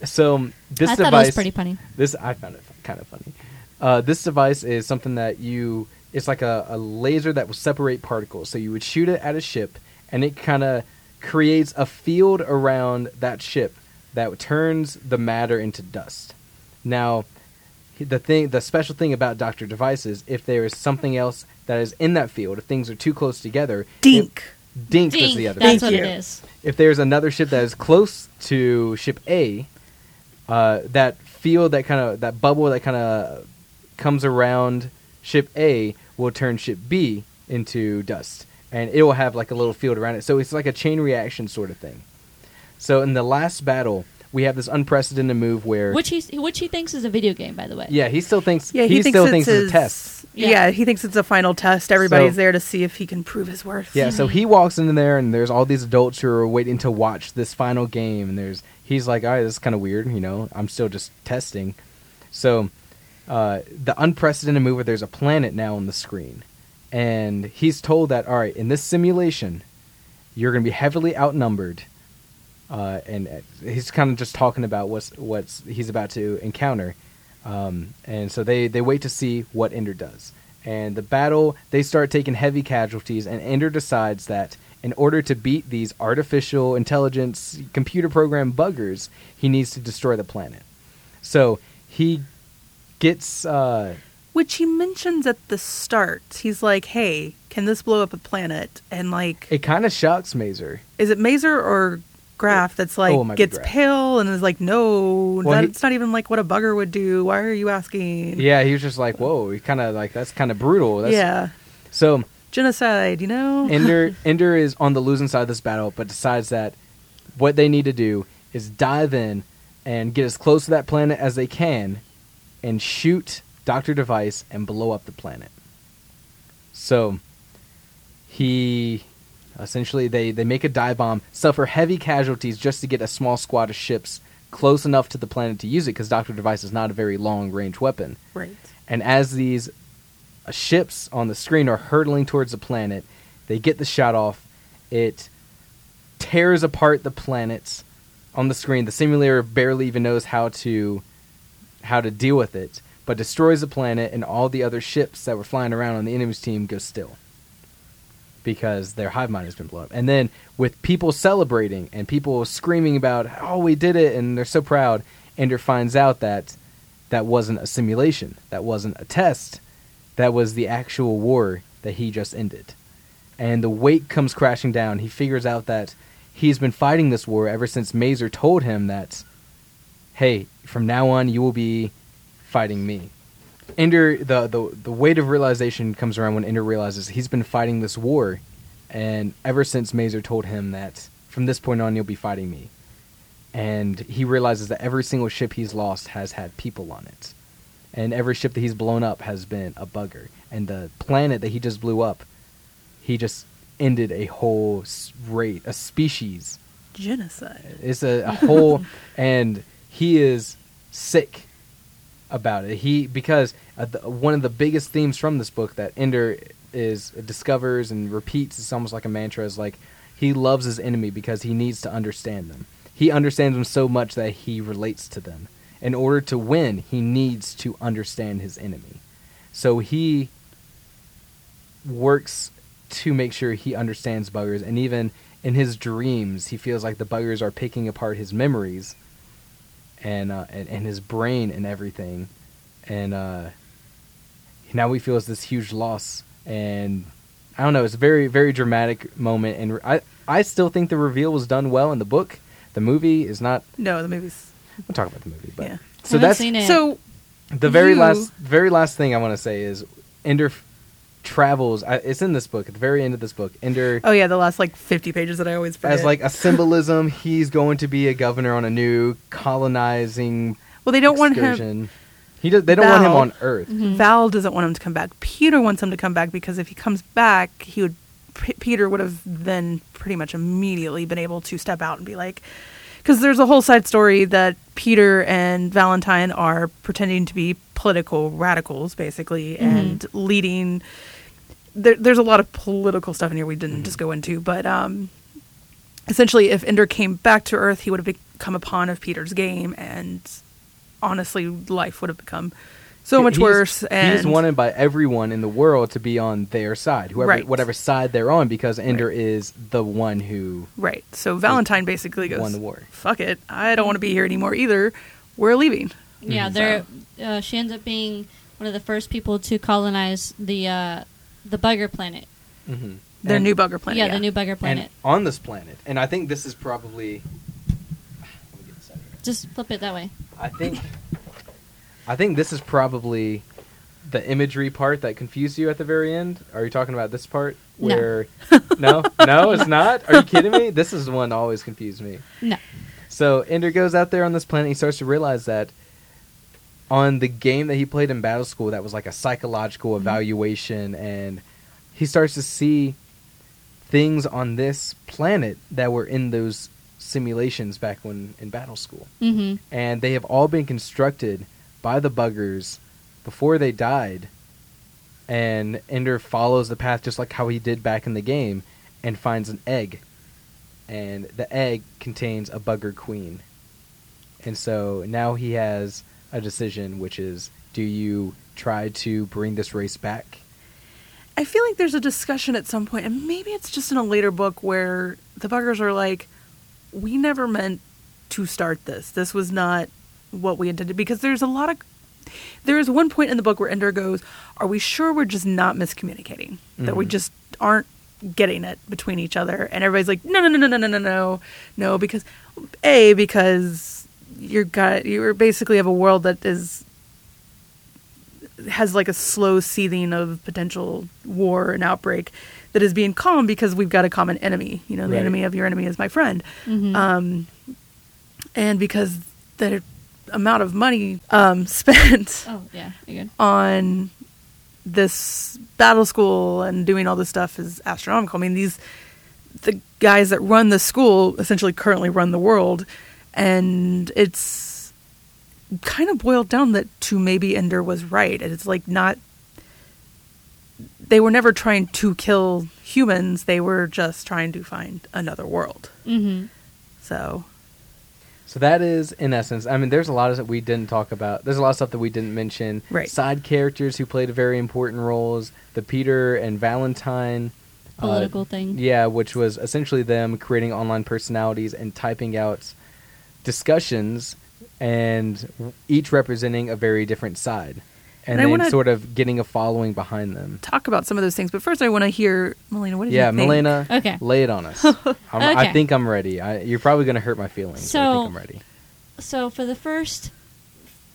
So this I thought it device, was pretty funny. this I found it kind of funny. Uh, this device is something that you. It's like a, a laser that will separate particles. So you would shoot it at a ship, and it kind of creates a field around that ship that turns the matter into dust. Now, the thing, the special thing about Doctor Device is if there is something else that is in that field, if things are too close together, it- Dink. dink, is Dink, the other. that's Thank what you. it is. if there's another ship that is close to ship A, uh, that field, that kind of that bubble that kind of comes around ship A will turn ship B into dust, and it will have like a little field around it. So it's like a chain reaction sort of thing. So in the last battle, we have this unprecedented move where Which he which he thinks is a video game, by the way. yeah, he still thinks Yeah, he, he, thinks still it's thinks his, it's a test. Yeah. Yeah. he thinks it's a final test. Everybody's So- there to see if he can prove his worth. Yeah, so he walks in there, and there's all these adults who are waiting to watch this final game. And there's he's like, "All right, this is kind of weird, you know. I'm still just testing." So, uh, the unprecedented move where there's a planet now on the screen, and he's told that, "All right, in this simulation, you're going to be heavily outnumbered." Uh, and uh, he's kind of just talking about what's what's he's about to encounter, um, and so they they wait to see what Ender does. And the battle, they start taking heavy casualties, and Ender decides that in order to beat these artificial intelligence computer program buggers, he needs to destroy the planet. So he gets uh, Which he mentions at the start. He's like, hey, can this blow up a planet? And like, it. Kind of shocks Mazer. is it Mazer or Graf that's like, Oh, it might be gets Graf. pale and is like, no, Well, he- that's not even like what a bugger would do. Why are you asking? Yeah, he was just like, "Whoa!" He kind of like that's kind of brutal. That's, yeah. So Genocide, you know? *laughs* Ender Ender is on the losing side of this battle, but decides that what they need to do is dive in and get as close to that planet as they can, and shoot Doctor Device and blow up the planet. So he essentially they they make a dive bomb, suffer heavy casualties just to get a small squad of ships close enough to the planet to use it because Doctor Device is not a very long range weapon. right. And as these uh, ships on the screen are hurtling towards the planet, they get the shot off. It tears apart the planets on the screen. The simulator barely even knows how to how to deal with it, but destroys the planet and all the other ships that were flying around on the enemy's team go still. Because their hive mind has been blown up. And then with people celebrating and people screaming about, oh, we did it, and they're so proud, Ender finds out that that wasn't a simulation, that wasn't a test, that was the actual war that he just ended. And the weight comes crashing down. He figures out that he's been fighting this war ever since Mazer told him that, hey, from now on you will be fighting me. Ender, the, the, the weight of realization comes around when Ender realizes he's been fighting this war, and ever since Mazer told him that from this point on you'll be fighting me and he realizes that every single ship he's lost has had people on it and every ship that he's blown up has been a bugger and the planet that he just blew up he just ended a whole s- rate a species Genocide. it's a, a whole and he is sick about it he because uh, the, one of the biggest themes from this book that ender is discovers and repeats it's almost like a mantra is like he loves his enemy because he needs to understand them he understands them so much that he relates to them in order to win he needs to understand his enemy so he works to make sure he understands buggers and even in his dreams he feels like the buggers are picking apart his memories and uh, and, and his brain and everything and uh, now he feels this huge loss and i don't know it's a very very dramatic moment and i i still think the reveal was done well in the book the movie is not No, the movie's. we'll talk about the movie but Yeah. so Haven't that's seen it. So the very You- last very last thing i want to say is ender f- travels I, it's in this book at the very end of this book ender Oh yeah, the last like fifty pages that I always forget. as like a symbolism he's going to be a governor on a new colonizing well, they don't want him. excursion. he does, they don't want him Val. on earth Val doesn't want him to come back. Peter wants him to come back because if he comes back, he would P- Peter would have then pretty much immediately been able to step out and be like, because there's a whole side story that Peter and Valentine are pretending to be political radicals, basically, and leading. There, there's a lot of political stuff in here we didn't just go into, but um, essentially, if Ender came back to Earth, he would have become a pawn of Peter's game, and honestly, life would have become so He- much he is- worse. and he is wanted by everyone in the world to be on their side, whoever, Right. whatever side they're on, because Ender is the one who. Right. So Valentine basically goes, won the war. Fuck it. I don't want to be here anymore either. We're leaving. Yeah, Mm-hmm. they're uh, she ends up being one of the first people to colonize the uh, the bugger planet. Mhm. Their And- new bugger planet. yeah, the new bugger planet. And on this planet, and I think this is probably. Let me get this out of here. Just flip it that way. I think, I think this is probably the imagery part that confused you at the very end. Are you talking about this part? No. Where no, no, it's not. Are you kidding me? This is the one that always confused me. No. So Ender goes out there on this planet. He starts to realize that on the game that he played in Battle School, that was like a psychological evaluation, and he starts to see things on this planet that were in those simulations back when in Battle School, Mm-hmm. and they have all been constructed by the buggers before they died. And Ender follows the path just like how he did back in the game, and finds an egg and the egg contains a bugger queen. And so now he has a decision, which is do you try to bring this race back? I feel like there's a discussion at some point, and maybe it's just in a later book where the buggers are like, we never meant to start this. This was not what we intended. Because there's a lot of. There is one point in the book where Ender goes, Are we sure we're just not miscommunicating? That we Mhm. just aren't getting it between each other? And everybody's like, No, no, no, no, no, no, no, no. No, because. A, because you're got you're basically have a world that is has like a slow seething of potential war and outbreak that is being calm because we've got a common enemy. You know, the Right. enemy of your enemy is my friend. Mhm. Um, and because the amount of money um, *laughs* spent Oh yeah, you're good. on this battle school and doing all this stuff is astronomical. I mean, these the guys that run the school essentially currently run the world, and it's kind of boiled down that to maybe Ender was right, and it's like not they were never trying to kill humans; they were just trying to find another world. Mm-hmm. So So that is, in essence, I mean, there's a lot of that we didn't talk about. There's a lot of stuff that we didn't mention. Right. Side characters who played very important roles, the Peter and Valentine. uh, Political thing. Yeah, which was essentially them creating online personalities and typing out discussions and each representing a very different side. And And, I then wanna- sort of getting a following behind them. talk about some of those things, but first I want to hear Melina. What did Yeah, you think? Milena, Okay. lay it on *laughs* us. I'm, I Okay. think I'm ready. I, you're probably going to hurt my feelings. but I So- think I'm ready. So for the first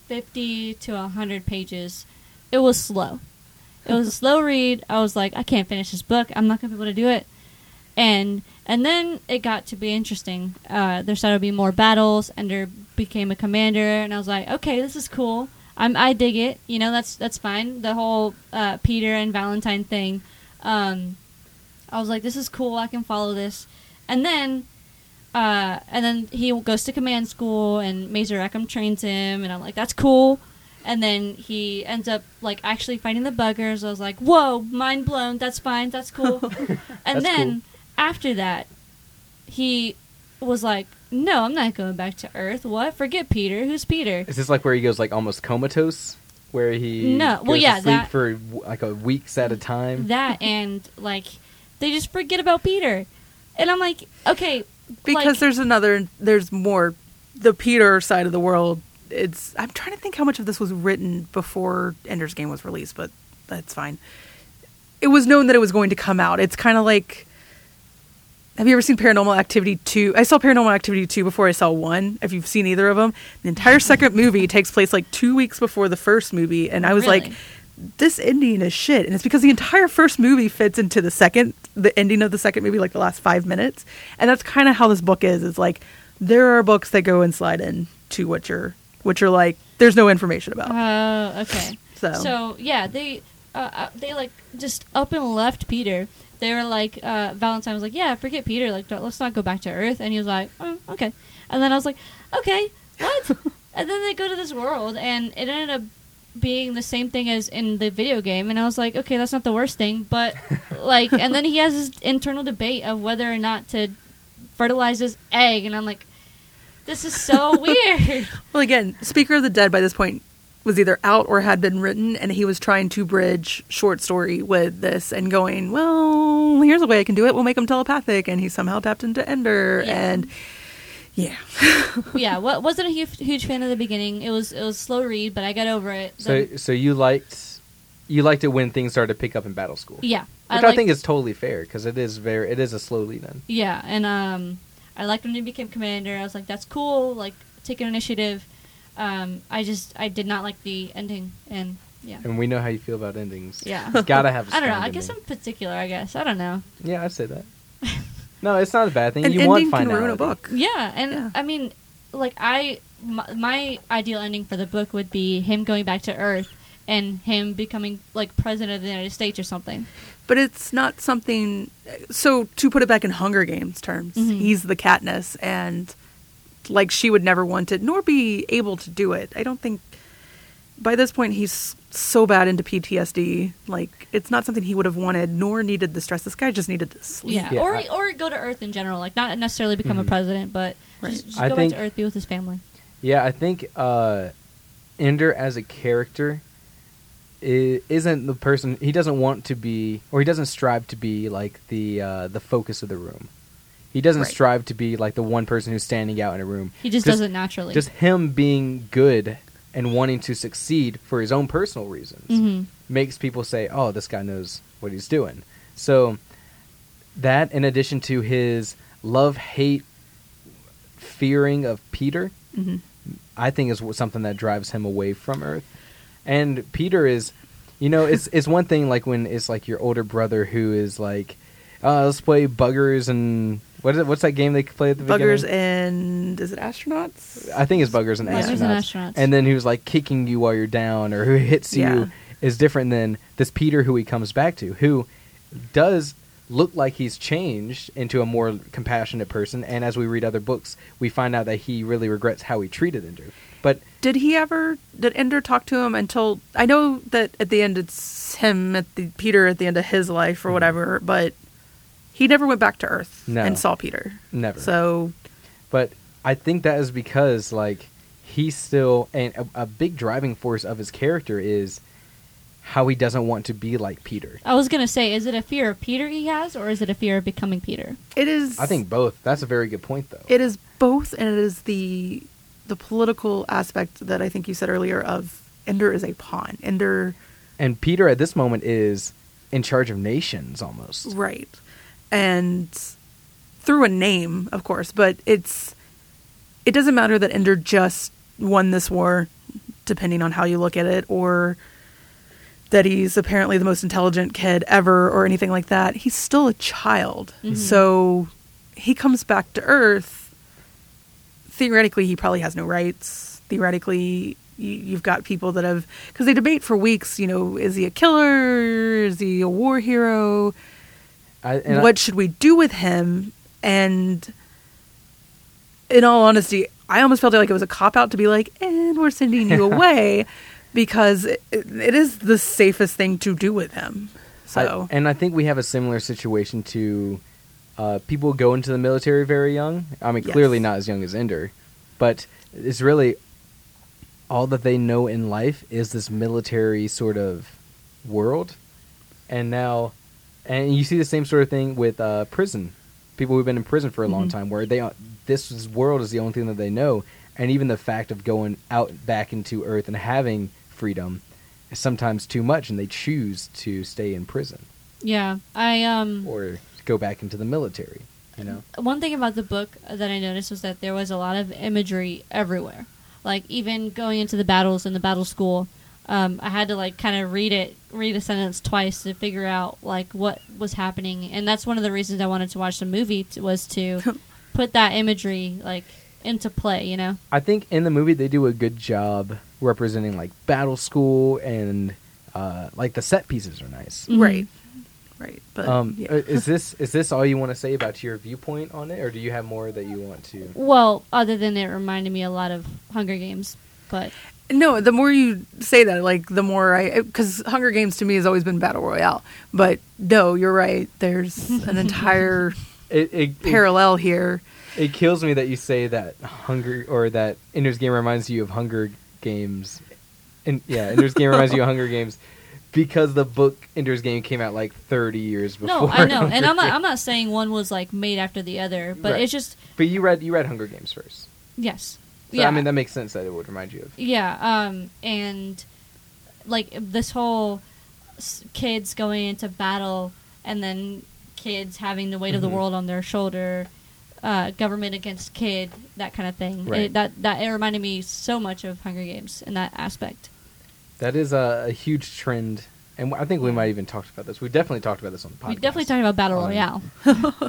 fifty to hundred pages, it was slow. It was a slow read. I was like, I can't finish this book. I'm not gonna be able to do it. And and then it got to be interesting. Uh, there started to be more battles. Ender became a commander, and I was like, okay, this is cool. I'm I dig it. You know, that's that's fine. The whole uh, Peter and Valentine thing. Um, I was like, this is cool. I can follow this. And then uh, and then he goes to command school, and Major Rackham trains him, and I'm like, that's cool. And then he ends up like actually fighting the buggers. I was like, whoa, mind blown. That's fine. That's *laughs* cool. and That's then cool. after that, he was like, no, I'm not going back to Earth. What? Forget Peter. Who's Peter? *laughs* Is this like where he goes like almost comatose? Where he No, well, goes to yeah, sleep that- for w- like a weeks at a time? That and like they just forget about Peter. And I'm like, okay, because like- there's another there's more the peter side of the world it's i'm trying to think how much of this was written before ender's game was released but that's fine it was known that it was going to come out it's kind of like have you ever seen paranormal activity 2 i saw paranormal activity 2 before i saw 1 if you've seen either of them the entire second movie takes place like two weeks before the first movie and i was like Really? this ending is shit and it's because the entire first movie fits into the second the ending of the second movie like the last five minutes and that's kind of how this book is it's like there are books that go and slide in to what you're what you're like there's no information about Oh, okay. So- yeah, they uh, uh, they like just up and left Peter, they were like, uh, Valentine was like, yeah, forget Peter. Like, don't, let's not go back to Earth. And he was like, "Mm, okay. And then I was like, okay, what? and then they go to this world, and it ended up being the same thing as in the video game. And I was like, okay, that's not the worst thing, but like, and then he has this internal debate of whether or not to fertilize his egg, and I'm like, this is so weird. Well, again, Speaker of the Dead by this point was either out or had been written, and he was trying to bridge short story with this and going, well, here's a way I can do it. We'll make him telepathic, and he somehow tapped into Ender, Yeah. and yeah, yeah, what wasn't a huge, huge fan of the beginning. It was it was slow read, but I got over it. So so you liked you liked it when things started to pick up in Battle School. yeah, Which I, liked- think is totally fair because it is very it is a slow lead in. Yeah, and um, I liked when he became commander. I was like, that's cool. Like taking initiative. Um, I just I did not like the ending, and yeah, And we know how you feel about endings. Yeah. It's gotta have. *laughs* I I don't know. I guess I'm particular. I guess I don't know. Yeah, *laughs* I'd say that. No, it's not a bad *laughs* thing. an you ending want can finality. ruin a book. Yeah, and Yeah. I mean, like I, my, my ideal ending for the book would be him going back to Earth and him becoming like president of the United States or something. But it's not something. So to put it back in Hunger Games terms, Mhm. he's the Katniss, and like she would never want it, nor be able to do it. I don't think. By this point, he's so bad into PTSD. Like it's not something he would have wanted, nor needed the stress. This guy just needed to sleep. Yeah, Yeah, or I- or go to Earth in general. Like not necessarily become a Mhm. president, but Right. just, just I go think- back to Earth, be with his family. Yeah, I think uh, Ender as a character i- isn't the person he doesn't want to be, or he doesn't strive to be like the uh, the focus of the room. He doesn't Right. strive to be like the one person who's standing out in a room. He just, does it naturally. Just him being good and wanting to succeed for his own personal reasons hmm makes people say, "Oh, this guy knows what he's doing." So that, in addition to his love hate fearing of Peter, Mhm. I think is wh- something that drives him away from Earth. And Peter is, you know, it's it's one thing like when it's like your older brother who is like, uh, let's play buggers and what is it? What's that game they play at the Buggers beginning? and is it astronauts? I think it's buggers and Buggers astronauts. and Astronauts. And then who's like kicking you while you're down or who hits Yeah. you is different than this Peter who he comes back to, who does look like he's changed into a more compassionate person. And as we read other books, we find out that he really regrets how he treated Ender. But Did he ever? Did Ender talk to him until? I know that at the end it's him at the Peter at the end of his life or whatever, but he never went back to Earth Mm-hmm. No. and saw Peter. Never. So but I think that is because like he still and a, a big driving force of his character is how he doesn't want to be like Peter. I was gonna say, is it a fear of Peter he has, or is it a fear of becoming Peter? it is. I think both. That's a very good point though. it is both, and it is the the political aspect that I think you said earlier of Ender is a pawn. Ender, and Peter at this moment is in charge of nations almost. right, and through a name, of course, but it's it doesn't matter that Ender just won this war, depending on how you look at it, or that he's apparently the most intelligent kid ever, or anything like that. He's still a child. Mhm. So he comes back to Earth. Theoretically, he probably has no rights. Theoretically, you, you've got people that have. Because they debate for weeks, you know, is he a killer? Is he a war hero? I, and I- what should we do with him? And in all honesty, I almost felt like it was a cop out to be like, and we're sending *laughs* you away because it, it is the safest thing to do with him. So, I- and I think we have a similar situation to uh, people go into the military very young. I mean, Yes. clearly not as young as Ender, but it's really all that they know in life is this military sort of world. And now, and you see the same sort of thing with uh, prison. People who've been in prison for a long Mhm. time, where they this is- world is the only thing that they know, and even the fact of going out back into Earth and having freedom is sometimes too much, and they choose to stay in prison Yeah, I um. or go back into the military. You know, One thing about the book that I noticed was that there was a lot of imagery everywhere. Like even going into the battles in the battle school, um, I had to like kind of read it, read a sentence twice to figure out like what was happening, and that's one of the reasons I wanted to watch the movie t- was *laughs* to put that imagery like into play. You know. I think in the movie they do a good job representing like battle school and uh, like the set pieces are nice. Mhm. right. right? Mm, But Um, yeah. uh, Is this is this all you want to say about your viewpoint on it, or do you have more that you want to? Well, other than it reminded me a lot of Hunger Games, but No, the more you say that, like the more I, because Hunger Games to me has always been battle royale. But no, you're right. There's an *laughs* entire It it, parallel here. it it kills me that you say that Hunger or that Ender's Game reminds you of Hunger Games, and yeah, Ender's Game reminds you of Hunger Games because the book Ender's Game came out like thirty years before. no, I know, Hunger and I'm not. Games. I'm not saying one was like made after the other, but Right. it's just But you read you read Hunger Games first, yes. so yeah, I mean that makes sense that it would remind you of. yeah, um, and like this whole s- kids going into battle and then kids having the weight of the Mhm. world on their shoulder, uh, government against kid, that kind of thing. Right. It, that that it reminded me so much of Hunger Games in that aspect. That is a, a huge trend, and I think we might even talked about this. We definitely talked about this on the podcast. We definitely talking about battle Um, royale.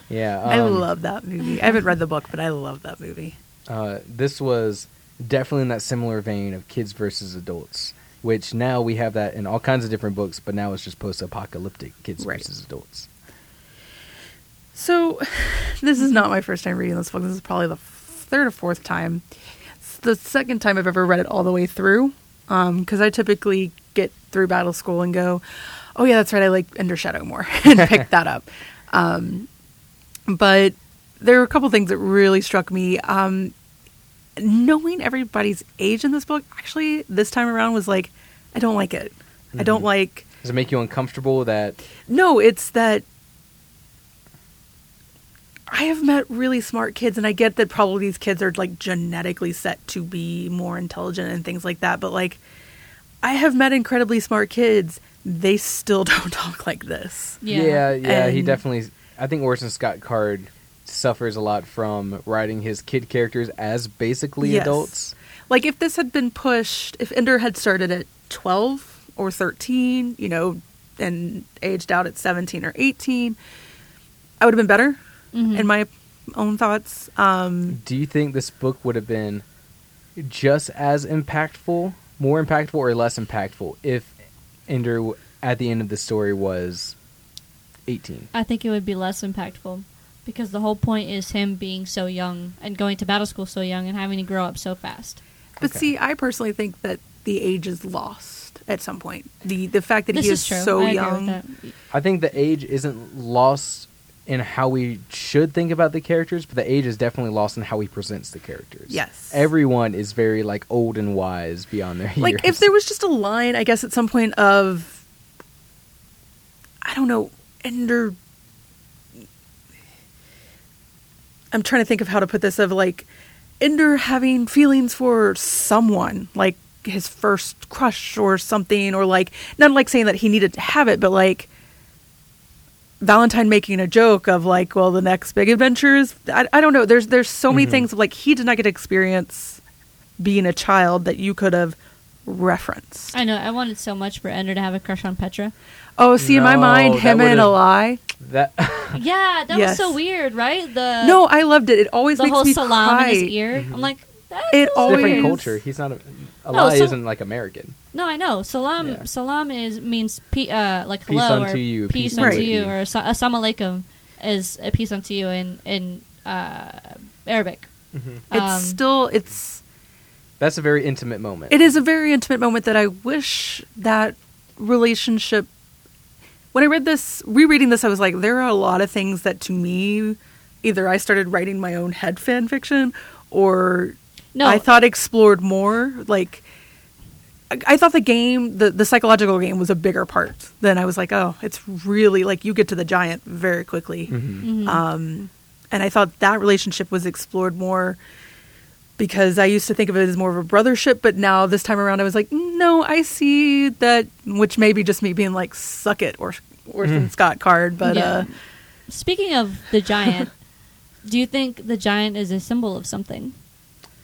Yeah, I um, love that movie. I haven't read the book, but I love that movie. Uh, this was definitely in that similar vein of kids versus adults, which now we have that in all kinds of different books, but now it's just post-apocalyptic kids Right. versus adults. So, *sighs* this is not my first time reading this book. This is probably the f- third or fourth time. It's the second time I've ever read it all the way through. Because I typically get through Battle School and go, oh, yeah, that's right. I like Ender Shadow more *laughs* and pick that up. Um, but there were a couple things that really struck me. Um, knowing everybody's age in this book, actually, this time around was like, I don't like it. I don't Mhm. like. Does it make you uncomfortable that No, it's that I have met really smart kids, and I get that probably these kids are like genetically set to be more intelligent and things like that, but like I have met incredibly smart kids. They still *laughs* don't talk like this. yeah, yeah, he And- definitely. I think Orson Scott Card suffers a lot from writing his kid characters as basically Yes. adults. Like, if this had been pushed, if Ender had started at 12 or 13, you know, and aged out at 17 or 18, I would have been better Mhm. in my own thoughts. Um, Do you think this book would have been just as impactful, more impactful, or less impactful if Ender w- at the end of the story was 18? I think it would be less impactful because the whole point is him being so young and going to battle school so young and having to grow up so fast. But Okay. see, I personally think that the age is lost at some point. The the fact that this he is is true. so I agree young. with that. I think the age isn't lost in how we should think about the characters, but the age is definitely lost in how he presents the characters. Yes. Everyone is very like old and wise beyond their Like years. if there was just a line, I guess at some point of I don't know, Ender I'm trying to think of how to put this of like Ender having feelings for someone, like his first crush or something, or like not like saying that he needed to have it, but like Valentine making a joke of like, well, the next big adventure is I, I don't know. There's there's so many Mhm. things of like he did not get to experience being a child that you could have referenced. I know. I wanted so much for Ender to have a crush on *laughs* Petra. oh, see, in my No, mind, that him and a would've- lie. that *laughs* Yeah, that Yes. was so weird, right? The no, I loved it. It always Uh, the makes whole e- me salam cry. in his ear. I'm like, that's It so always- Mm-hmm. different weird. culture. He's not a, a Oh, No, lie so- isn't like American. No, I know. Salam Yeah. salam is means pe- uh, like Peace hello unto or you, peace, peace unto with you you. or sa- assalamu alaikum is a peace unto you in in uh, Arabic. It's Um, still it's That's a very intimate moment. It is a very intimate moment that I wish that relationship. When I read this, rereading this, I was like, there are a lot of things that to me, either I started writing my own head fan fiction or No, I thought explored more. Like, I, I thought the game, the, the psychological game, was a bigger part. Then I was like, oh, it's really like you get to the giant very quickly. Mhm. Um, and I thought that relationship was explored more because I used to think of it as more of a brothership, but now this time around I was like, no, I see that, which may be just me being like, suck it, or Orson Scott card, but uh, Yeah. Speaking of the *laughs* giant, do you think the giant is a symbol of something?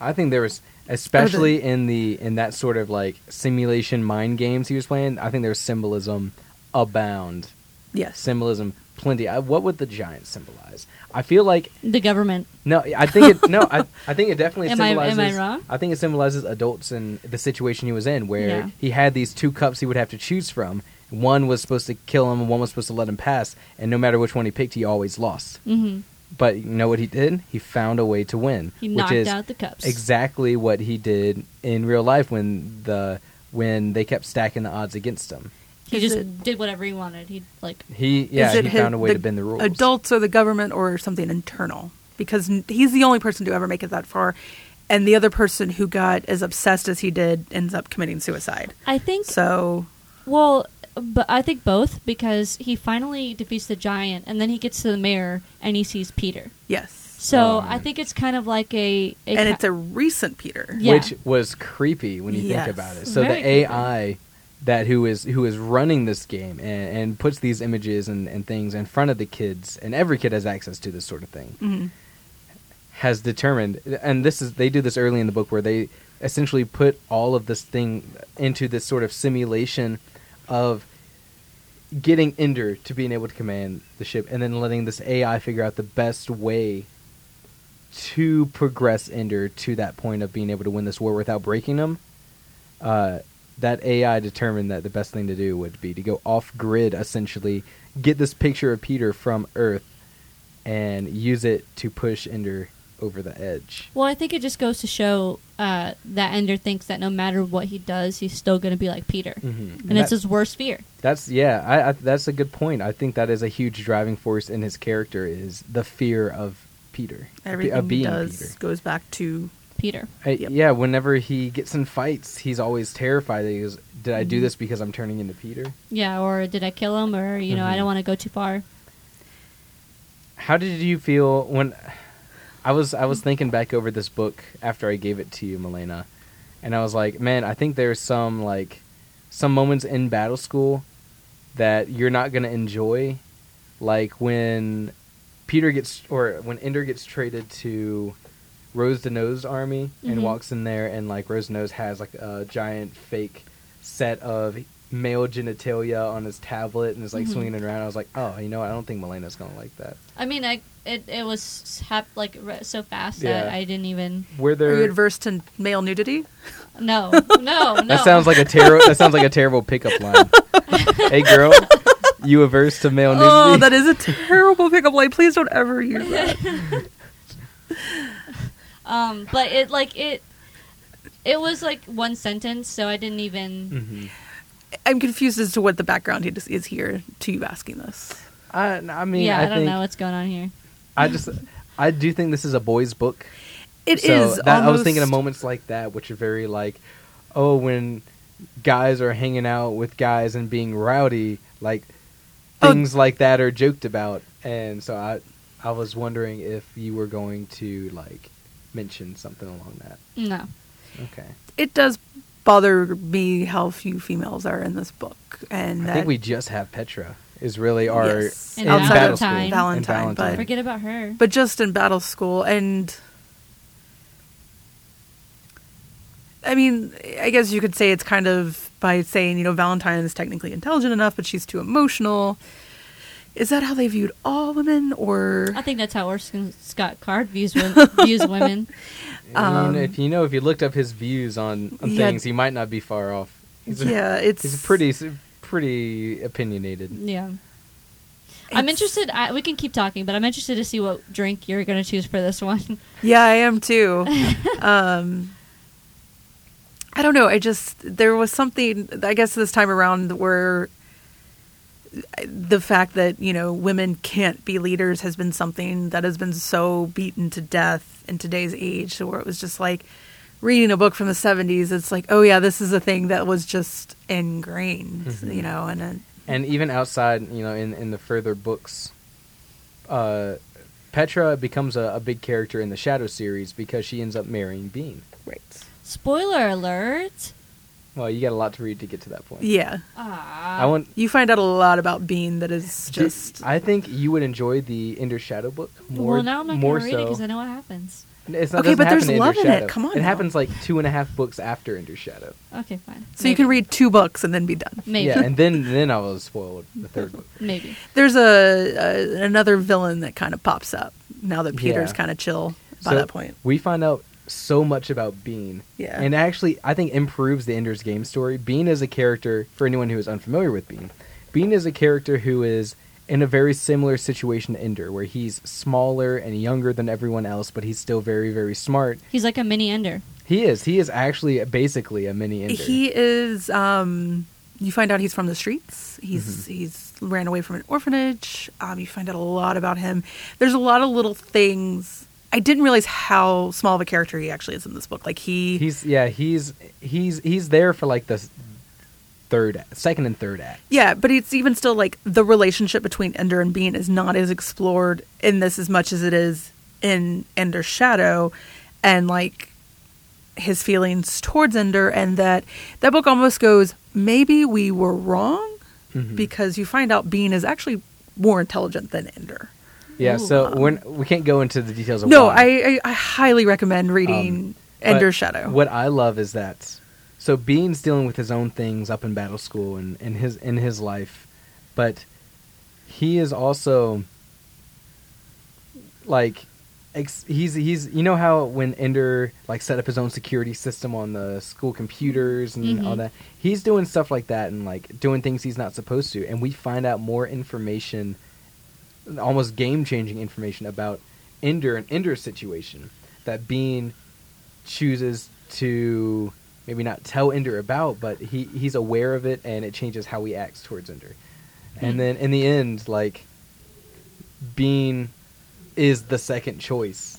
I think there was especially in the in that sort of like simulation mind games he was playing. I think there was symbolism abound. yes. Symbolism plenty. I, what would the giant symbolize? I feel like The government. no. I think it, no. I, I think it definitely *laughs* Am I- am I symbolizes. wrong? I think it symbolizes adults and the situation he was in, where Yeah. he had these two cups he would have to choose from. One was supposed to kill him, and one was supposed to let him pass, and no matter which one he picked, he always lost. Mm-hmm. But you know what he did? He found a way to win, He which knocked is out the cups. exactly what he did in real life when the when they kept stacking the odds against him. He Is just it- did whatever he wanted. He like He yeah, Is it he his- found a way to bend the rules. Adults or the government or something internal because n- he's the only person to ever make it that far, and the other person who got as obsessed as he did ends up committing suicide. I think So Well, but I think both because he finally defeats the giant and then he gets to the mayor and he sees Peter. yes, So Oh, I man. think it's kind of like a, a and ca- it's a recent Peter. Yeah. which was creepy when you Yes. think about it. So Very the creepy. AI that who is who is running this game and, and puts these images and, and things in front of the kids, and every kid has access to this sort of thing, Mm-hmm. Mhm. has determined. And this is they do this early in the book where they essentially put all of this thing into this sort of simulation of getting Ender to being able to command the ship, and then letting this AI figure out the best way to progress Ender to that point of being able to win this war without breaking him, uh, that AI determined that the best thing to do would be to go off grid, essentially, get this picture of Peter from Earth, and use it to push Ender over the edge. well, I think it just goes to show uh, that Ender thinks that no matter what he does, he's still going to be like Peter, Mhm. and it's That- his worst fear. That's yeah, I, I, that's a good point. I think that is a huge driving force in his character is the fear of Peter, Everything of he being does Peter. goes back to Peter. I, Yep. Yeah, whenever he gets in fights, he's always terrified. That he goes, "Did I do Mm-hmm. Mhm. this because I'm turning into Peter?" Yeah, or did I kill him? Or you know, I Mhm. don't want to go too far. How did you feel when I was I was thinking back over this book after I gave it to you, Milena, and I was like, man, I think there's some like some moments in Battle School that you're not gonna enjoy, like when Peter gets or when Ender gets traded to Rose the Nose army Mhm. and walks in there and like Rose the Nose has like a giant fake set of male genitalia on his tablet and is like Mhm. swinging it around. I was like, oh, you know, what? I don't think Milena's gonna like that. I mean, I it it was hap- like re- so fast that Yeah. I didn't even Were Are there? you adverse to male nudity? *laughs* no no no. That sounds like a terrible. that *laughs* sounds like a terrible pickup line. hey, girl, you averse to male nudity? Oh, *laughs* that is a terrible pickup line. Please don't ever use that. Um, but it like it, it was like one sentence, so I didn't even. Mhm. I'm confused as to what the background is, is here to you asking this. I, I mean, yeah, I, I, don't think, know what's going on here. I just, I do think this is a boys' book. It is. so that, I was thinking of almost- moments like that, which are very like, oh, when guys are hanging out with guys and being rowdy, like Oh. things like that are joked about, and so I, I was wondering if you were going to like mention something along that. No, Okay. It does bother me how few females are in this book, and I that think we just have Petra is really our Yes. And Valentine. Battle School. Valentine. And Valentine, but- forget about her. but just in battle school and I mean, I guess you could say it's kind of by saying, you know, Valentine is technically intelligent enough, but she's too emotional. Is that how they viewed all women or I think that's how Orson Scott Card views wo- *laughs* views women. I Um, mean, if you know, if you looked up his views on, on Yeah. things, he might not be far off. He's a- Yeah, it's he's pretty pretty opinionated. Yeah, I'm It's- interested. I, we can keep talking, but I'm interested to see what drink you're going to choose for this one. *laughs* Yeah, I am too. um, I don't know. I just there was something. I guess this time around where the fact that you know women can't be leaders has been something that has been so beaten to death in today's age. So where it was just like reading a book from the '70s, it's like, oh yeah, this is a thing that was just ingrained, Mhm. you know, and. It, And even outside, you know, in, in the further books, uh, Petra becomes a, a big character in the Shadow series because she ends up marrying Bean. Right. Spoiler alert! Well, you got a lot to read to get to that point. Yeah. Ah, I want. You find out a lot about Bean that is just. I think you would enjoy the Ender Shadow book more. well, now I'm not more going to read it so. because I know what happens. It's not, Okay, doesn't but there's happen to love Ender in it. Shadow. Come on It now. happens like two and a half books after Ender Shadow. Okay, fine. So you can read two books and then be done. Maybe. Yeah, and then then I was spoiled the third book. Maybe. There's a, a another villain that kind of pops up now that Peter's Yeah. kind of chill *laughs* by So that point. we find out so much about Bean. Yeah. And actually, I think improves the Ender's Game story. Bean is a character, for anyone who is unfamiliar with Bean, Bean is a character who is in a very similar situation to Ender, where he's smaller and younger than everyone else, but he's still very, very smart. He's like a mini Ender. He is. He is actually basically a mini Ender. He is. Um, you find out he's from the streets. He's Mm-hmm. he's ran away from an orphanage. Um, you find out a lot about him. There's a lot of little things. I didn't realize how small of a character he actually is in this book. Like he, he's yeah. He's he's he's there for like the s- third, second and third act. yeah, but it's even still like the relationship between Ender and Bean is not as explored in this as much as it is in Ender's Shadow, and like his feelings towards Ender, and that that book almost goes, maybe we were wrong, Mm-hmm. because you find out Bean is actually more intelligent than Ender. Yeah. Ooh. So when we can't go into the details of No, why. Um, I, I, I highly recommend reading But Ender's Shadow. What I love is that so Bean's dealing with his own things up in battle school and in his in his life, but he is also like ex- he's he's you know how when Ender like set up his own security system on the school computers and all that he's doing stuff like that and like doing things he's not supposed to and we find out more information almost game changing information about Ender and Ender's situation that Bean chooses to maybe not tell Ender about, but he, he's aware of it and it changes how he acts towards Ender. And then in the end, like Bean is the second choice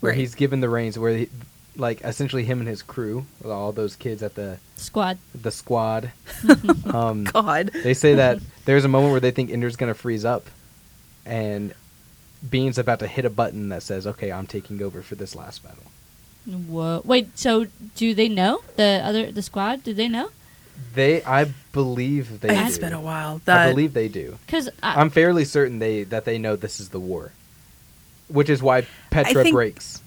where Right. he's given the reins where he, like essentially him and his crew, with all those kids at the Squad. *laughs* the squad, um, God. they say that there's a moment where they think Ender's going to freeze up, and Bean's about to hit a button that says, "Okay, I'm taking over for this last battle." Whoa. Wait, so do they know? The other the squad, do they know? They, I believe they. It has do. been a while. That, I believe they do. Cuz I'm fairly certain they that they know this is the war, which is why Petra think- breaks.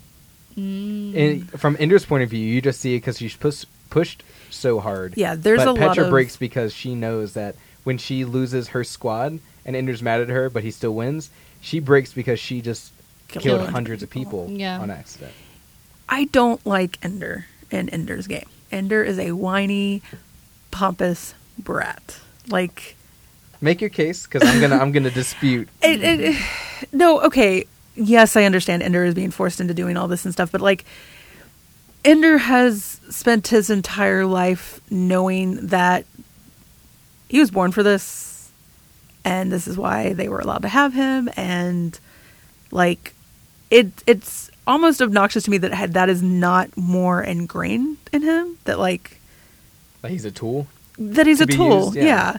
mm. And from Ender's point of view, you just see it because she's pus- pushed so hard. Yeah, there's but a lot Petra of- breaks because she knows that when she loses her squad and Ender's mad at her, but he still wins. She breaks because she just Killed killed, a hundred hundreds of people Yeah. on accident. I don't like Ender in Ender's game. Ender is a whiny, pompous brat. Like, Make your case because I'm gonna I'm gonna dispute. *laughs* it, it, it- *sighs* no, okay. Yes, I understand Ender is being forced into doing all this and stuff, but like, Ender has spent his entire life knowing that he was born for this, and this is why they were allowed to have him, and like, it it's almost obnoxious to me that had- that is not more ingrained in him that like Like he's a tool. that he's to a be tool. used, yeah. yeah.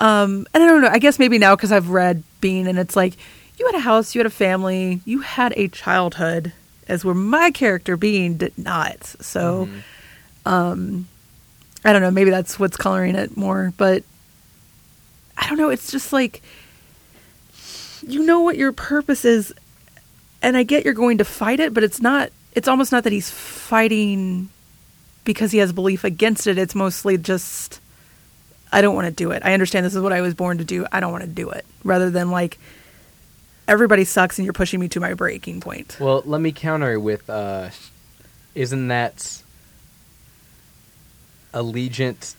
Um, and I don't know. I guess maybe now because I've read Bean, and it's like you had a house, you had a family, you had a childhood, as where my character Bean did not. So, Mm-hmm. um, I don't know. Maybe that's what's coloring it more, but I don't know. It's just like you know what your purpose is, and I get you're going to fight it, but it's not. It's almost not that he's fighting because he has belief against it. It's mostly just I don't want to do it. I understand this is what I was born to do. I don't want to do it. Rather than like everybody sucks and you're pushing me to my breaking point. Well, let me counter with uh, isn't that Allegiant,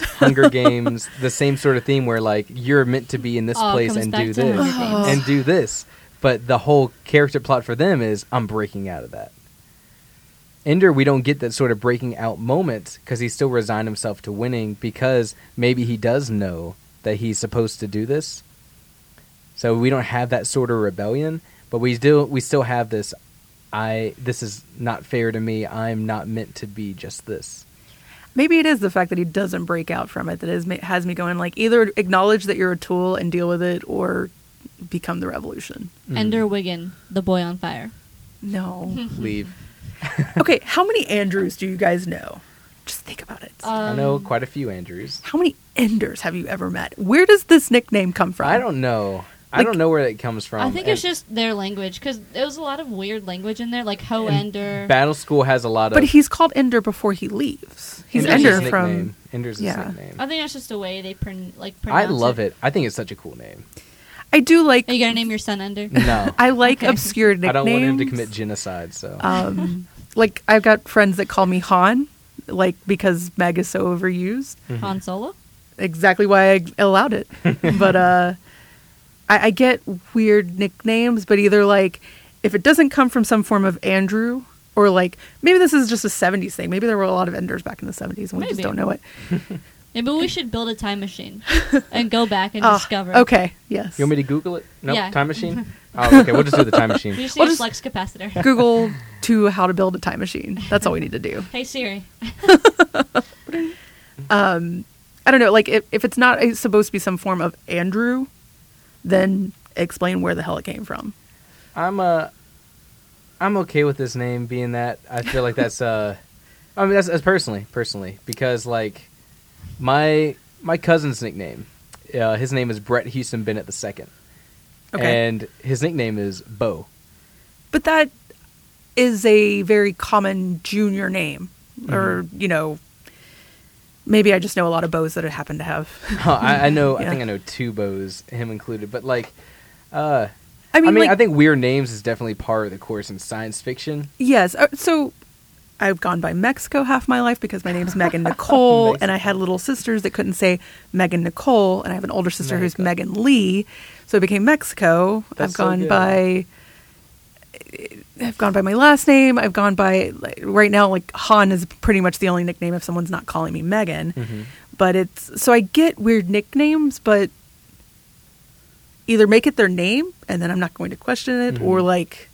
*laughs* Hunger Games, the same sort of theme where like you're meant to be in this All place Oh, comes and back do to this *sighs* Hunger Games. and do this. But the whole character plot for them is I'm breaking out of that. Ender, we don't get that sort of breaking out moment because he still resigned himself to winning because maybe he does know that he's supposed to do this. So we don't have that sort of rebellion, but we still we still have this. I this is not fair to me. I'm not meant to be *laughs* just this. Maybe it is the fact that he doesn't break out from it that is, has me going like either acknowledge that you're a tool and deal with it or become the revolution. Ender Mm. Wiggin, the boy on fire. No. Leave. okay, how many Andrews do you guys know? Just think about it. Uh, Um, I know quite a few Andrews. how many Enders have you ever met? Where does this nickname come from? I don't know. I Like- don't know where that comes from. I think it's and just their language cuz there was a lot of weird language in there like Ho Ender. Battle School has a lot of. But he's called Ender before he leaves. He's Ender's Ender his from nickname. Ender's his yeah. I nickname. think that's just the way they pron- like I pronounce love it. I think it's such a *laughs* cool name. I do like Are *laughs* you going to name your son Ender? No, I like Okay. obscure nicknames. *laughs* I don't want him to commit genocide. So Um, Like I've got friends that call me Han, like because Meg is so overused. Mm-hmm. Han Solo? Exactly why I allowed *laughs* it. but uh, I, I get weird nicknames, but either like if it doesn't come from some form of Andrew or like maybe this is just a '70s thing. Maybe there were a lot of Enders back in the '70s, and we just Maybe. don't know it. Maybe we should build a time *laughs* machine and go back and Ah, discover. okay. Yes. You want me to Google it? No, Yeah. time machine. *laughs* Oh, okay. We'll just do the time We machine. just Well, need a just- flux capacitor. *laughs* Google to how to build a time machine. That's all we need to do. Hey Siri. *laughs* I don't know. Like if, if it's not uh, supposed to be some form of Andrew, then explain where the hell it came from. I'm uh, I'm okay with this name being that. I feel like that's uh, I mean that's, that's personally personally because like my my cousin's nickname, uh, his name is Brett Houston Bennett the second, Okay. and his nickname is Bo. *laughs* but that is a very common junior name, or Mm-hmm. you know, maybe I just know a lot of bows that it happened to have. Huh, I, I know. I Yeah. think I know two Bo's, him included. But like, uh, I I mean, mean, I, like, think weird names is definitely part of the course in science fiction. yes. uh, So I've gone by Mexico half my life because my name's Megan *laughs* Nicole, and I had little sisters that couldn't say Megan Nicole, and I have an older sister who's Mexico. Megan Lee, so it became Mexico. That's I've so gone good. by. I've gone by my last name. I've gone by like, right now. Like Han is pretty much the only nickname if someone's not calling me Megan. Mm-hmm. But it's so I get weird nicknames, but either make it their name and then I'm not going to question it, Mm-hmm. or like,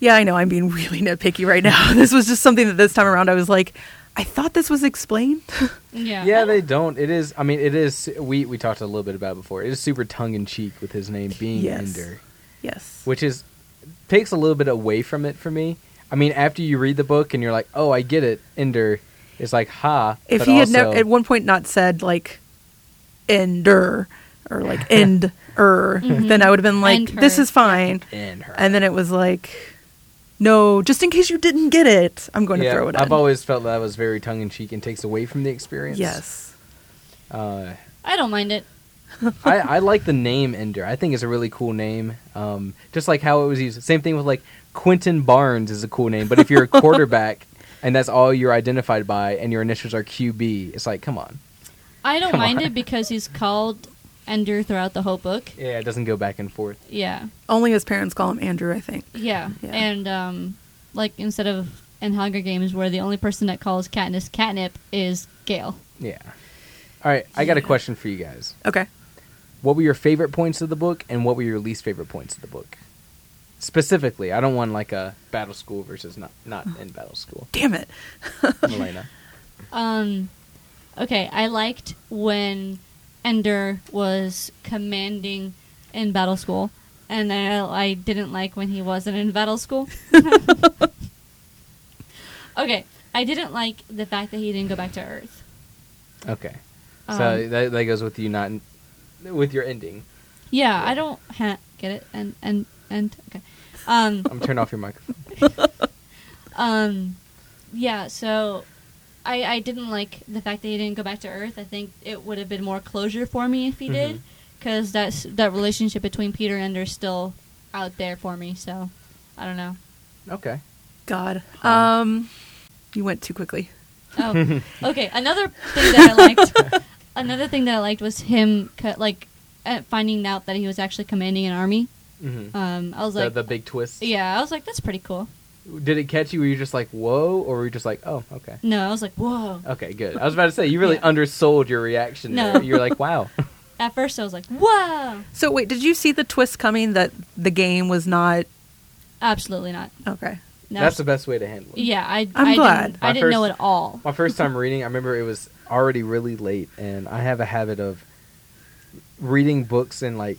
yeah, I know I'm being *laughs* really nitpicky right now. *laughs* this was just something that this time around I was like, I thought this was explained. *laughs* Yeah. Yeah, they don't. It is. I mean, it is. We we talked a little bit about it before. It is super tongue in cheek with his name being Yes. Ender, yes. which is takes a little bit away from it for me. I mean, after you read the book and you're like, oh, I get it. Ender is like ha. if but he had never also- at one point not said like ender or *laughs* like end er Mm-hmm. then i would have been like End this her. is fine in her. and then it was like no just in case you didn't get it i'm going Yeah, to throw it I've in. always felt that was very tongue in cheek and takes away from the experience. yes Uh, I don't mind it. I, I like the name Ender. I think it's a really cool name. Um, just like how it was used. Same thing with like Quentin Barnes is a cool name, but if you're a *laughs* quarterback and that's all you're identified by, and your initials are QB, it's like, come on. I don't Come mind on. it because he's called Ender throughout the whole book. Yeah, it doesn't go back and forth. Yeah. only his parents call him andrew i think Yeah. Yeah. And um like instead of in Hunger Games where the only person that calls Katniss catnip is Gale. Yeah. All right, I got a question for you guys. okay What were your favorite points of the book, and what were your least favorite points of the book? Specifically, I don't want like a battle school versus not *laughs* not in battle school. damn it Elena. Um okay, I liked when Ender was commanding in battle school and I, I didn't like when he wasn't in battle school. okay, I didn't like the fact that he didn't go back to Earth. Okay. So Um, that, that goes with you not with your ending. Yeah, I don't ha- get it. And and and okay. Um *laughs* I'm turning off your microphone. um yeah, so I I didn't like the fact that he didn't go back to Earth. I think it would have been more closure for me if he did, Mm-hmm. 'cause did cuz that's that relationship between Peter and Ender is still out there for me, so I don't know. Okay. god um you went too quickly *laughs* Oh, okay. Another thing that I liked, another thing that I liked was him, co- like, uh, finding out that he was actually commanding an army. Mm-hmm. Um, I was the, like, the big twist. yeah, I was like, that's pretty cool. Did it catch you? Were you just like, whoa? Or were you just like, oh, okay. No, I was like, whoa. Okay, good. I was about to say, you really Yeah. undersold your reaction No. there. You're like, wow. At first, I was like, whoa. so wait did you see the twist coming that the game was not Absolutely not. okay *laughs* No. That's the best way to handle it. yeah, I. I'm I glad. Didn't, I My didn't know first- it all. My first time reading, I remember it was already really late, and I have a habit of reading books in like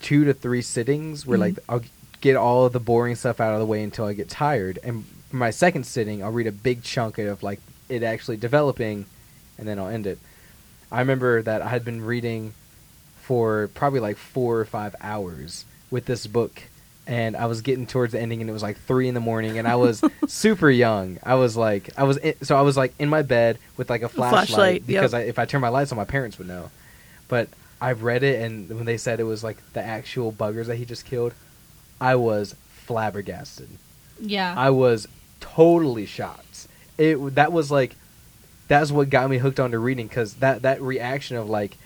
two to three sittings where Mm-hmm. like I'll get all of the boring stuff out of the way until I get tired. And for my second sitting, I'll read a big chunk of like it actually developing, and then I'll end it. I remember that I had been reading for probably like four or five hours with this book. And I was getting towards the ending, and it was like three in the morning, and I *laughs* was super young. I was like, I was in, so I was like in my bed with like a flashlight, flashlight, yep. because I, if I turned my lights on, my parents would know. But I read it, and when they said it was like the actual buggers that he just killed, I was flabbergasted. Yeah. I was totally shocked. It that was like that's what got me hooked onto reading because that that reaction of like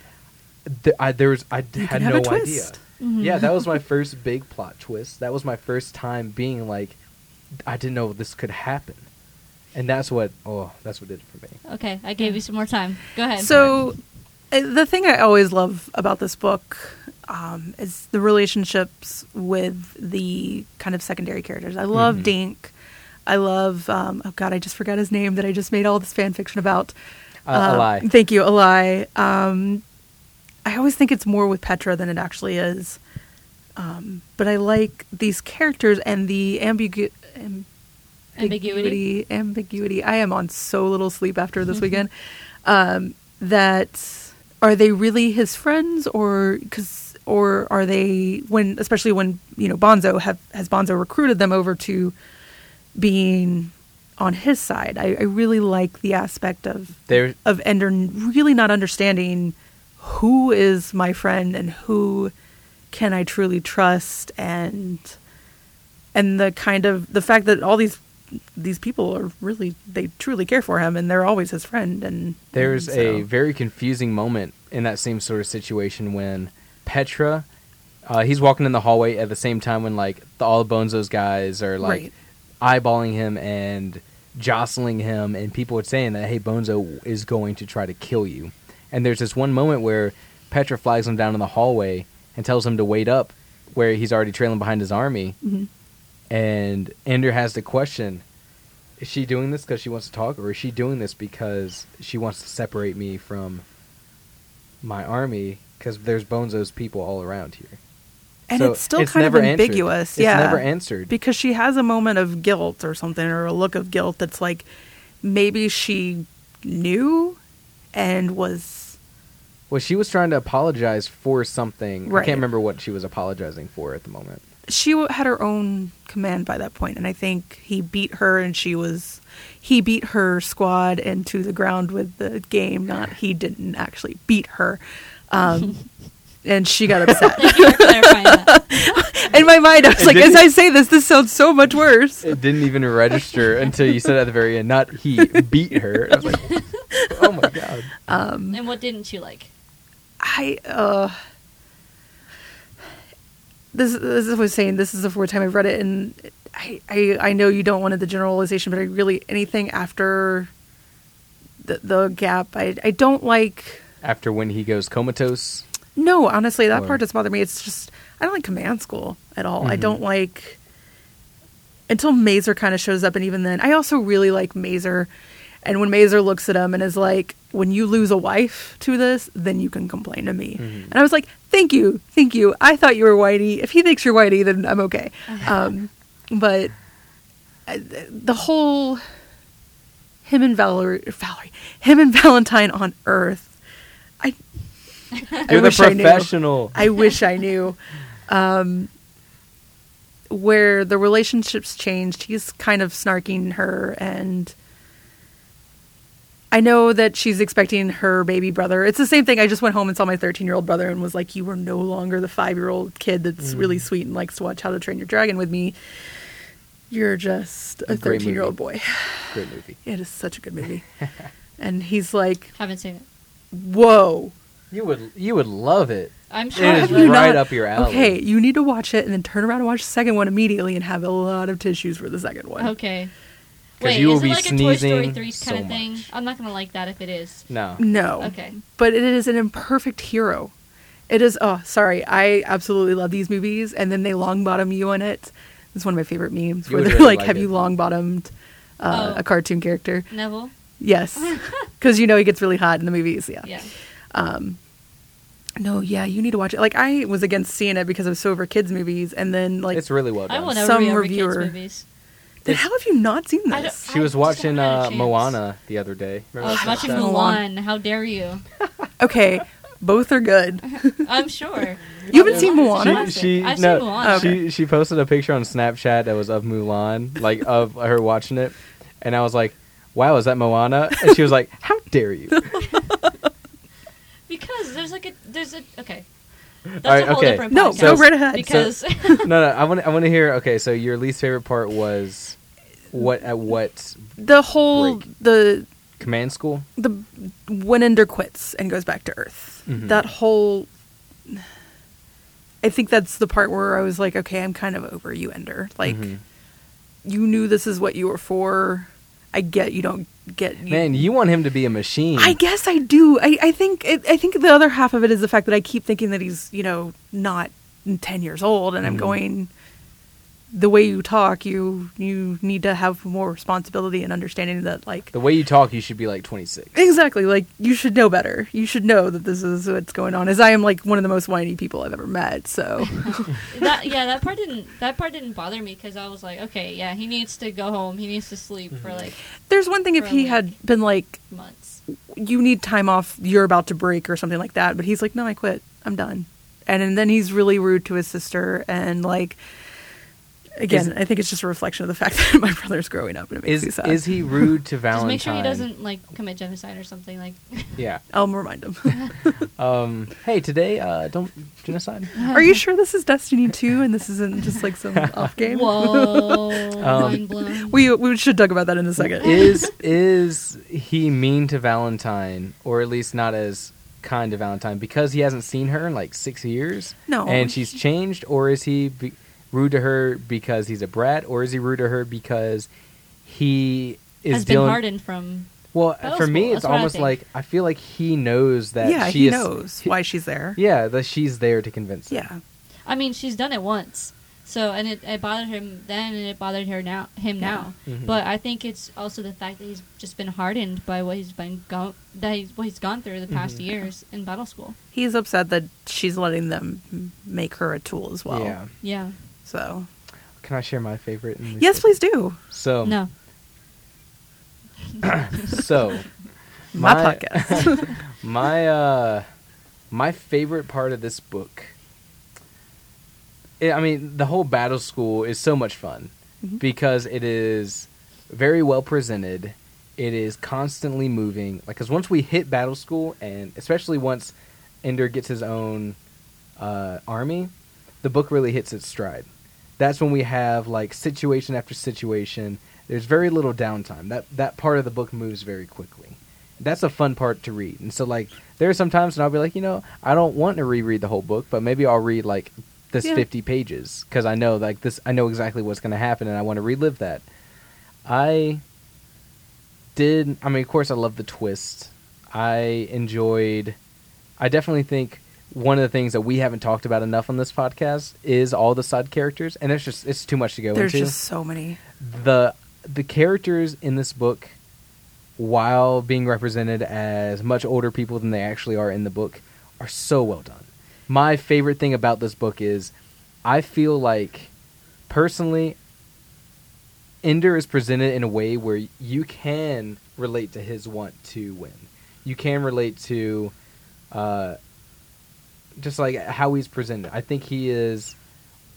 th- I, there was I d- You can had have no a idea. twist. Mm-hmm. Yeah, *laughs* that was my first big plot twist. That was my first time being like, I didn't know this could happen, and that's what oh that's what did it for me. Okay, I gave you some more time. Go ahead. So, uh, the thing I always love about this book um, is the relationships with the kind of secondary characters. I love Mhm. Dink. I love, um, oh God, I just forgot his name that I just made all this fan fiction about. Uh, Eli. Thank you, Eli. Um, I always think it's more with Petra than it actually is. Um, but I like these characters and the ambigu- am- Ambiguity. ambiguity. Ambiguity. I am on so little sleep after this weekend. Um, that are they really his friends or because or are they when especially when you know Bonzo have has Bonzo recruited them over to being on his side. I, I really like the aspect of There of Ender n- really not understanding who is my friend and who can I truly trust and and the kind of the fact that all these these people are really they truly care for him and they're always his friend and There's and a so- very confusing moment in that same sort of situation when Petra, uh, he's walking in the hallway at the same time when like the, all the Bonzo's guys are like eyeballing him and jostling him, and people are saying that hey, Bonzo is going to try to kill you. And there's this one moment where Petra flags him down in the hallway and tells him to wait up, where he's already trailing behind his army, Mhm. and Ender has the question is she doing this because she wants to talk or is she doing this because she wants to separate me from my army because there's bonzo's people all around here and So it's still kind of never answered. ambiguous it's yeah never answered because she has a moment of guilt or something or a look of guilt that's like maybe she knew and was well she was trying to apologize for something i Right. can't remember what she was apologizing for at the moment she w- had her own command by that point and i think he beat her and she was he beat her squad into the ground with the game not he didn't actually beat her *laughs* um, and she got upset Thank *laughs* you for clarifying *laughs* that. in my mind i was And like didn't- as i say this this sounds so much worse it didn't *laughs* even register until you said at the very end not he beat her i was like oh my god And what didn't you like? I uh this this is what I was saying. This is the fourth time I've read it, and I I, I know you don't want the generalization, but I really anything after the the gap, I I don't like. after when he goes comatose No, honestly, that Or- part doesn't bother me. It's just I don't like command school at all. I Mhm. don't like until Mazer kind of shows up, and even then, I also really like Mazer. And when Mazer looks at him and is like, "When you lose a wife to this, then you can complain to me," Mhm. and I was like, "Thank you, thank you. I thought you were whitey. If he thinks you're whitey, then I'm okay." Um, but I- th- Uh, the whole him and Valerie, Valerie, him and Valentine on Earth, I I you're the wish I knew. professional I wish I knew. Um, where the relationships changed, he's kind of snarking her, and I know that she's expecting her baby brother. It's the same thing. I just went home and saw my 13 year old brother and was like, You are no longer the five year old kid that's Hmm. really sweet and likes to watch How to Train Your Dragon with me. You're just a A great 13 year old movie. boy. great movie It is such a good movie. *laughs* and he's like, Haven't seen it. Whoa. you would you would love it I'm sure. It How is have you right not- up your alley. Okay, you need to watch it and then turn around and watch the second one immediately and have a lot of tissues for the second one. Okay. 'Cause Wait, you will is be it like a Toy Story sneezing 3 kind so of thing? much. I'm not gonna like that if it is. no No. Okay. But it is an imperfect hero. It is, oh, sorry. I absolutely love these movies. And then they long bottom you on it. It's one of my favorite memes You where would they're really like, like have it. you long bottomed uh, Oh. a cartoon character? Neville. *laughs* Yes. Because you know he gets really hot in the movies. Yeah. Yeah. No, yeah, you need to watch it. Like, I was against seeing it because I was so over kids' movies. And then, like, it's really well done I will never Some be over reviewer. kids movies. then it's- how have you not seen I this? I She was just watching haven't had a uh, chance. Moana the other day. I Remember was that watching stuff? Mulan. Mulan. How *laughs* dare you? Okay, both are good. I'm sure. You haven't seen Mulan? Moana? She, she, I've seen no, Moana. Okay. she she posted a picture on Snapchat that was of Mulan, like of her watching it, and I was like, "Wow, is that Moana?" And she was like, *laughs* "How *laughs* dare you?" Because there's like a there's a okay. That's All right, a whole okay. different No, podcast. go right ahead. *laughs* Because no, no, I want I want to hear. Okay, so your least favorite part was What at what The whole Break. the command school? the Winender quits and goes back to Earth. Mhm. That whole. I think that's the part where I was like, okay, I'm kind of over you, Ender. Like, Mhm. you knew this is what you were for. I get you don't get you. Man, you want him to be a machine. I guess I do. I, I think it, I think the other half of it is the fact that I keep thinking that he's you know not ten years old, and I'm Mhm. going. The way you talk, you you need to have more responsibility and understanding that like The way you talk, you should be like 26. *laughs* Exactly. Like you should know better. You should know that this is what's going on. As I am like one of the most whiny people I've ever met. So *laughs* that yeah, that part didn't that part didn't bother me because I was like, okay, yeah, he needs to go home. He needs to sleep for Mm-hmm. like there's one thing if he Right. had been like, months. "You need time off. You're about to break" or something like that. But he's like, "No, I quit. I'm done." And, and then he's really rude to his sister and like. Again, Is- I think it's just a reflection of the fact *laughs* that my brother's growing up and it makes Is me sad. is he rude to Just Valentine? make sure he doesn't like commit genocide or something like. Yeah. I'll remind him. Um, hey, today, uh, don't genocide. Are you sure this is Destiny 2 and this isn't just like *laughs* some off game? *laughs* Whoa, Um, mind *laughs* blown. We, we should talk about that in a second. is is he mean to Valentine, or at least not as kind to Valentine, because he hasn't seen her in like six years? No. and she's changed, or is he be- rude to her because he's a brat, or is he rude to her because he is has been dealing? hardened from. Well, That was for me, cool. it's That's what I almost think. like I feel like he knows that yeah, she he is, knows why she's there. *laughs* Yeah, that she's there to convince him. Yeah. I mean, she's done it once, so and it, it bothered him then, and it bothered her now. Him now, Mhm. but I think it's also the fact that he's just been hardened by what he's been go- that he's, what he's gone through the past Mhm. years in battle school. He's upset that she's letting them m- make her a tool as well. Yeah. Yeah. So, Can I share my favorite? in this yes, please do. So *laughs* no. Mm-hmm. *laughs* So My, My- *laughs* podcast. *laughs* my uh my favorite part of this book I- i mean the whole battle school is so much fun Mhm. because it is very well presented it is constantly moving like because once we hit battle school and especially once ender gets his own uh, army the book really hits its stride that's when we have like situation after situation there's very little downtime that that part of the book moves very quickly that's a fun part to read. And so like there are some times when I'll be like, you know, I don't want to reread the whole book, but maybe I'll read like this Yeah. 50 pages cuz I know like this I know exactly what's going to happen and I want to relive that. I did I mean of course I love the twist. I enjoyed I definitely think one of the things that we haven't talked about enough on this podcast is all the side characters and it's just it's too much to go There's into just so many. the the characters in this book, while being represented as much older people than they actually are in the book, are so well done. My favorite thing about this book is I feel like personally Ender is presented in a way where you can relate to his want to win. You can relate to uh, just like how he's presented. I think he is,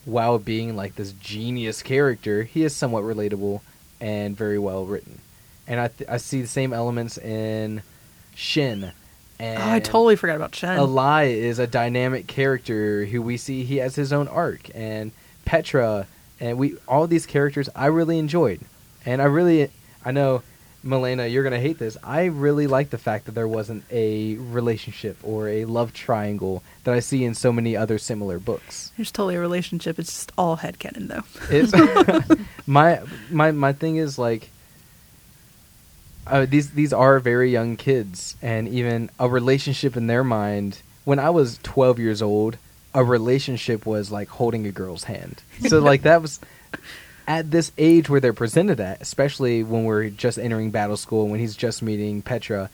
while being like this genius character, he is somewhat relatable and very well written. And I, th- I see the same elements in Shin. And Oh, I totally forgot about Shen. Eli is a dynamic character who we see he has his own arc and Petra and we all these characters I really enjoyed. And I really I know Milena, you're gonna hate this. I really like the fact that there wasn't a relationship or a love triangle that I see in so many other similar books. There's totally a relationship. It's just all headcanon, though. It's my my my thing is like uh, these these are very young kids, and even a relationship in their mind. When I was twelve years old, a relationship was like holding a girl's hand. So like that was at this age where they're presented at, especially when we're just entering battle school, when he's just meeting Petra.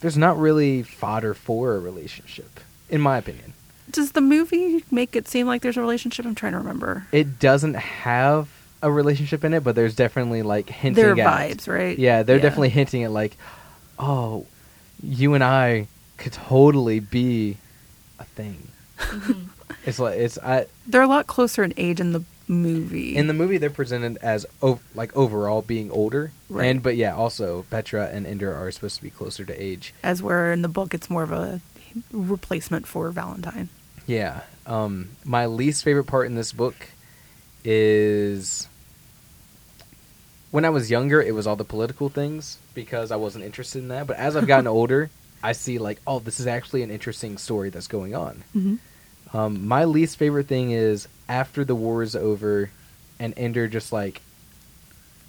There's not really fodder for a relationship, in my opinion. *laughs* Does the movie make it seem like there's a relationship? I'm trying to remember. It doesn't have a relationship in it, but there's definitely like hinting Their at vibes, right? Yeah, they're definitely hinting at like, oh, you and I could totally be a thing. Mhm. It's like it's I They're a lot closer in age in the movie. in the movie they're presented as o- like overall being older, Right. and but yeah, also Petra and Ender are supposed to be closer to age. as where in the book, it's more of a replacement for Valentine. Yeah. Um, my least favorite part in this book is when I was younger, it was all the political things because I wasn't interested in that. But as I've gotten older, I see like, oh, this is actually an interesting story that's going on. Mhm. Um, my least favorite thing is after the war is over, and Ender just like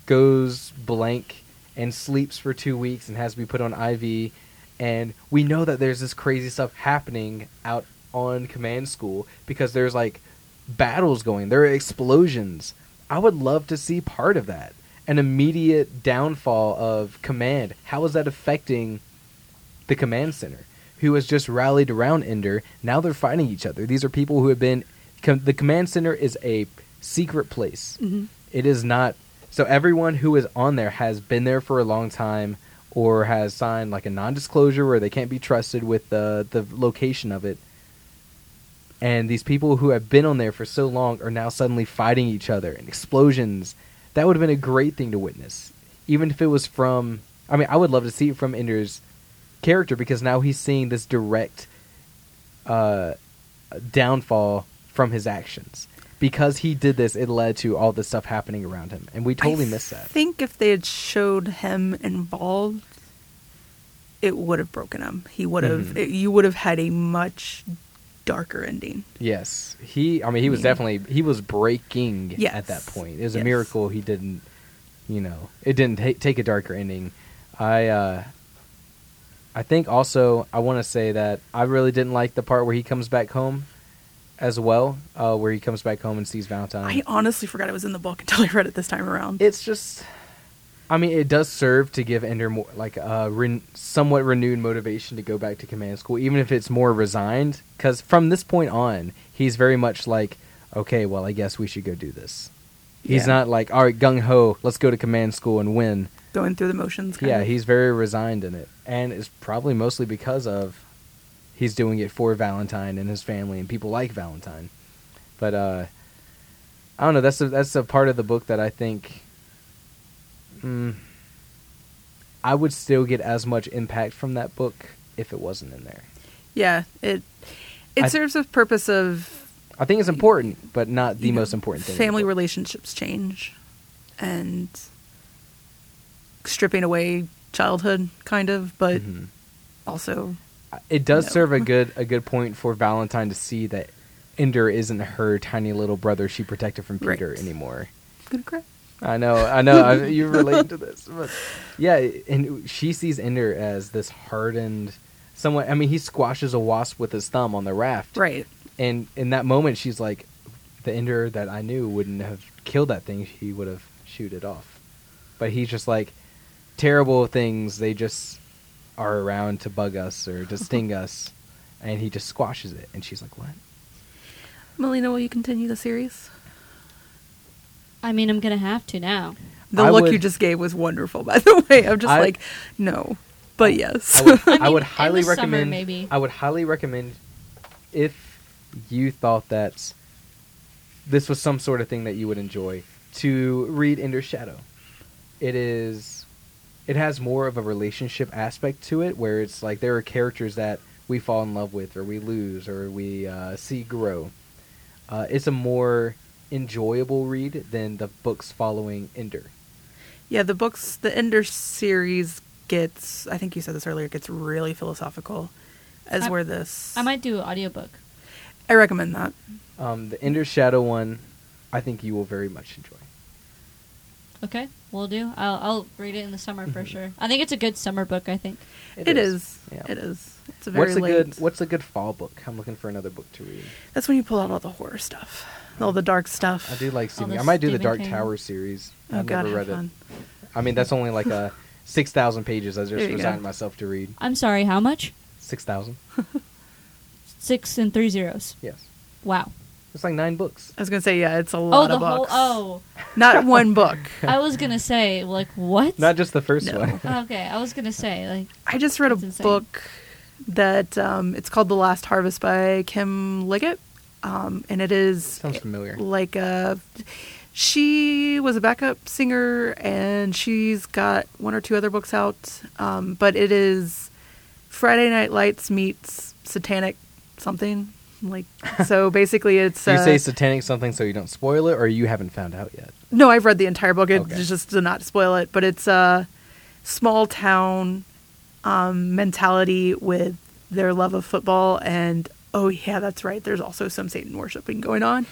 goes blank and sleeps for two weeks and has to be put on IV. And we know that there's this crazy stuff happening out on command school because there's like battles going, there are explosions. I would love to see part of that. An immediate downfall of command. How is that affecting the command center, who has just rallied around Ender. Now they're fighting each other. These are people who have been. Com- the command center is a secret place. It is not. So everyone who is on there has been there for a long time, or has signed like a non-disclosure where they can't be trusted with the the location of it. And these people who have been on there for so long are now suddenly fighting each other and explosions. That would have been a great thing to witness, even if it was from. I mean, I would love to see it from Ender's character because now he's seeing this direct uh, downfall from his actions. Because he did this, it led to all this stuff happening around him, and we totally I missed that. think if they had showed him involved, it would have broken him. He would have. Mhm. it- you would have had a much darker ending. Yes, he. I mean, he was Yeah. definitely he was breaking at that Yes. point. It was a Yes. miracle he didn't. You know, it didn't ta- take a darker ending. I. uh I think also I want to say that I really didn't like the part where he comes back home, as well, uh, where he comes back home and sees Valentine. I honestly forgot it was in the book until I read it this time around. it's just i mean it does serve to give ender more like a ren- somewhat renewed motivation to go back to command school even if it's more resigned because from this point on he's very much like okay well i guess we should go do this he's Yeah. not like all right gung-ho let's go to command school and win going through the motions. kind yeah of. he's very resigned in it and it's probably mostly because of he's doing it for valentine and his family and people like valentine but uh i don't know that's a that's a part of the book that i think mm, i would still get as much impact from that book if it wasn't in there yeah. It it I- serves the purpose of i think it's important but not the you know, most important thing in the Family book. relationships change, and stripping away childhood, kind of, but Mhm. also it does No. serve a good a good point for valentine to see that ender isn't her tiny little brother she protected from peter Right. anymore good crap. I know, I know. I, you relate to this, but yeah, and she sees Ender as this hardened, somewhat. I mean, he squashes a wasp with his thumb on the raft, Right. And in that moment, she's like, the Ender that I knew wouldn't have killed that thing; he would have shoot it off. But he's just like, terrible things. They just are around to bug us or to sting us, and he just squashes it. And she's like, what? Melina, will you continue the series? I mean, I'm gonna have to now. The I look would- you just gave was wonderful, *laughs* by the way. I'm just I- Oh, like, no, but yes. I would, *laughs* I mean, I would in highly the summer, recommend. maybe. I would highly recommend if you thought that this was some sort of thing that you would enjoy to read Ender's Shadow. It is. It has more of a relationship aspect to it, where it's like there are characters that we fall in love with, or we lose, or we uh, see grow. Uh, it's a more enjoyable read than the books following Ender. *laughs* yeah, the books, the Ender series gets, I think you said this earlier, gets really philosophical, as I- where this. I might do an audiobook. I recommend that. Um, the Ender's Shadow one, I think you will very much enjoy. Okay, we'll do. I'll, I'll read it in the summer for sure. I think it's a good summer book. I think. it is. It is. It's a very what's a late. good What's a good fall book? I'm looking for another book to read. That's when you pull out all the horror stuff, all the dark stuff. I do like Stephen. the I might do the Stephen Dark King. Tower series. Oh I've God, never have read fun. it. I mean, that's only *laughs* like a six thousand pages. I There just you go. resigned myself to read I'm sorry. How much? six *laughs* thousand. Six and three zeros. yes, Wow. it's like nine books. I was gonna say, yeah, it's a lot oh, the of books. whole. not one *laughs* book. Oh, I was gonna say like what? Not just the first No. *laughs* Um, one. okay, I was gonna say like I just read That's a insane. book that um, it's called The Last Harvest by Kim Liggett, um, and it is *laughs* Sounds familiar. like a she was a backup singer and she's got one or two other books out um, but it is friday night lights meets satanic something Like so, basically, it's Do *laughs* you uh, say satanic something so you don't spoil it, or you haven't found out yet? No, I've read the entire book. It's Okay. just to not spoil it, but it's a small town um, mentality with their love of football and oh yeah, that's right. There's also some Satan worshiping going on,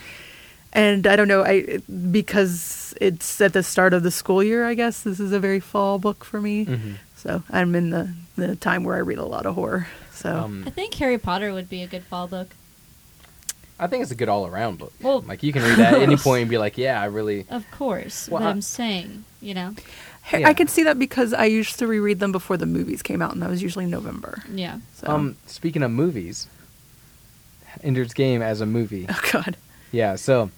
and I don't know. I because it's at the start of the school year. I guess this is a very fall book for me, Mm-hmm. so I'm in the the time where I read a lot of horror. So Um, I think Harry Potter would be a good fall book. I think it's a good all around book. Well- like you can read that at *laughs* any point and be like, yeah, I really. Um, Of course, Well, what I- I'm saying, you know, I- Yeah. I could see that because I used to reread them before the movies came out, and that was usually November. yeah. So. Um, speaking of movies, Ender's Game as a *laughs* movie. *laughs* oh god. yeah, so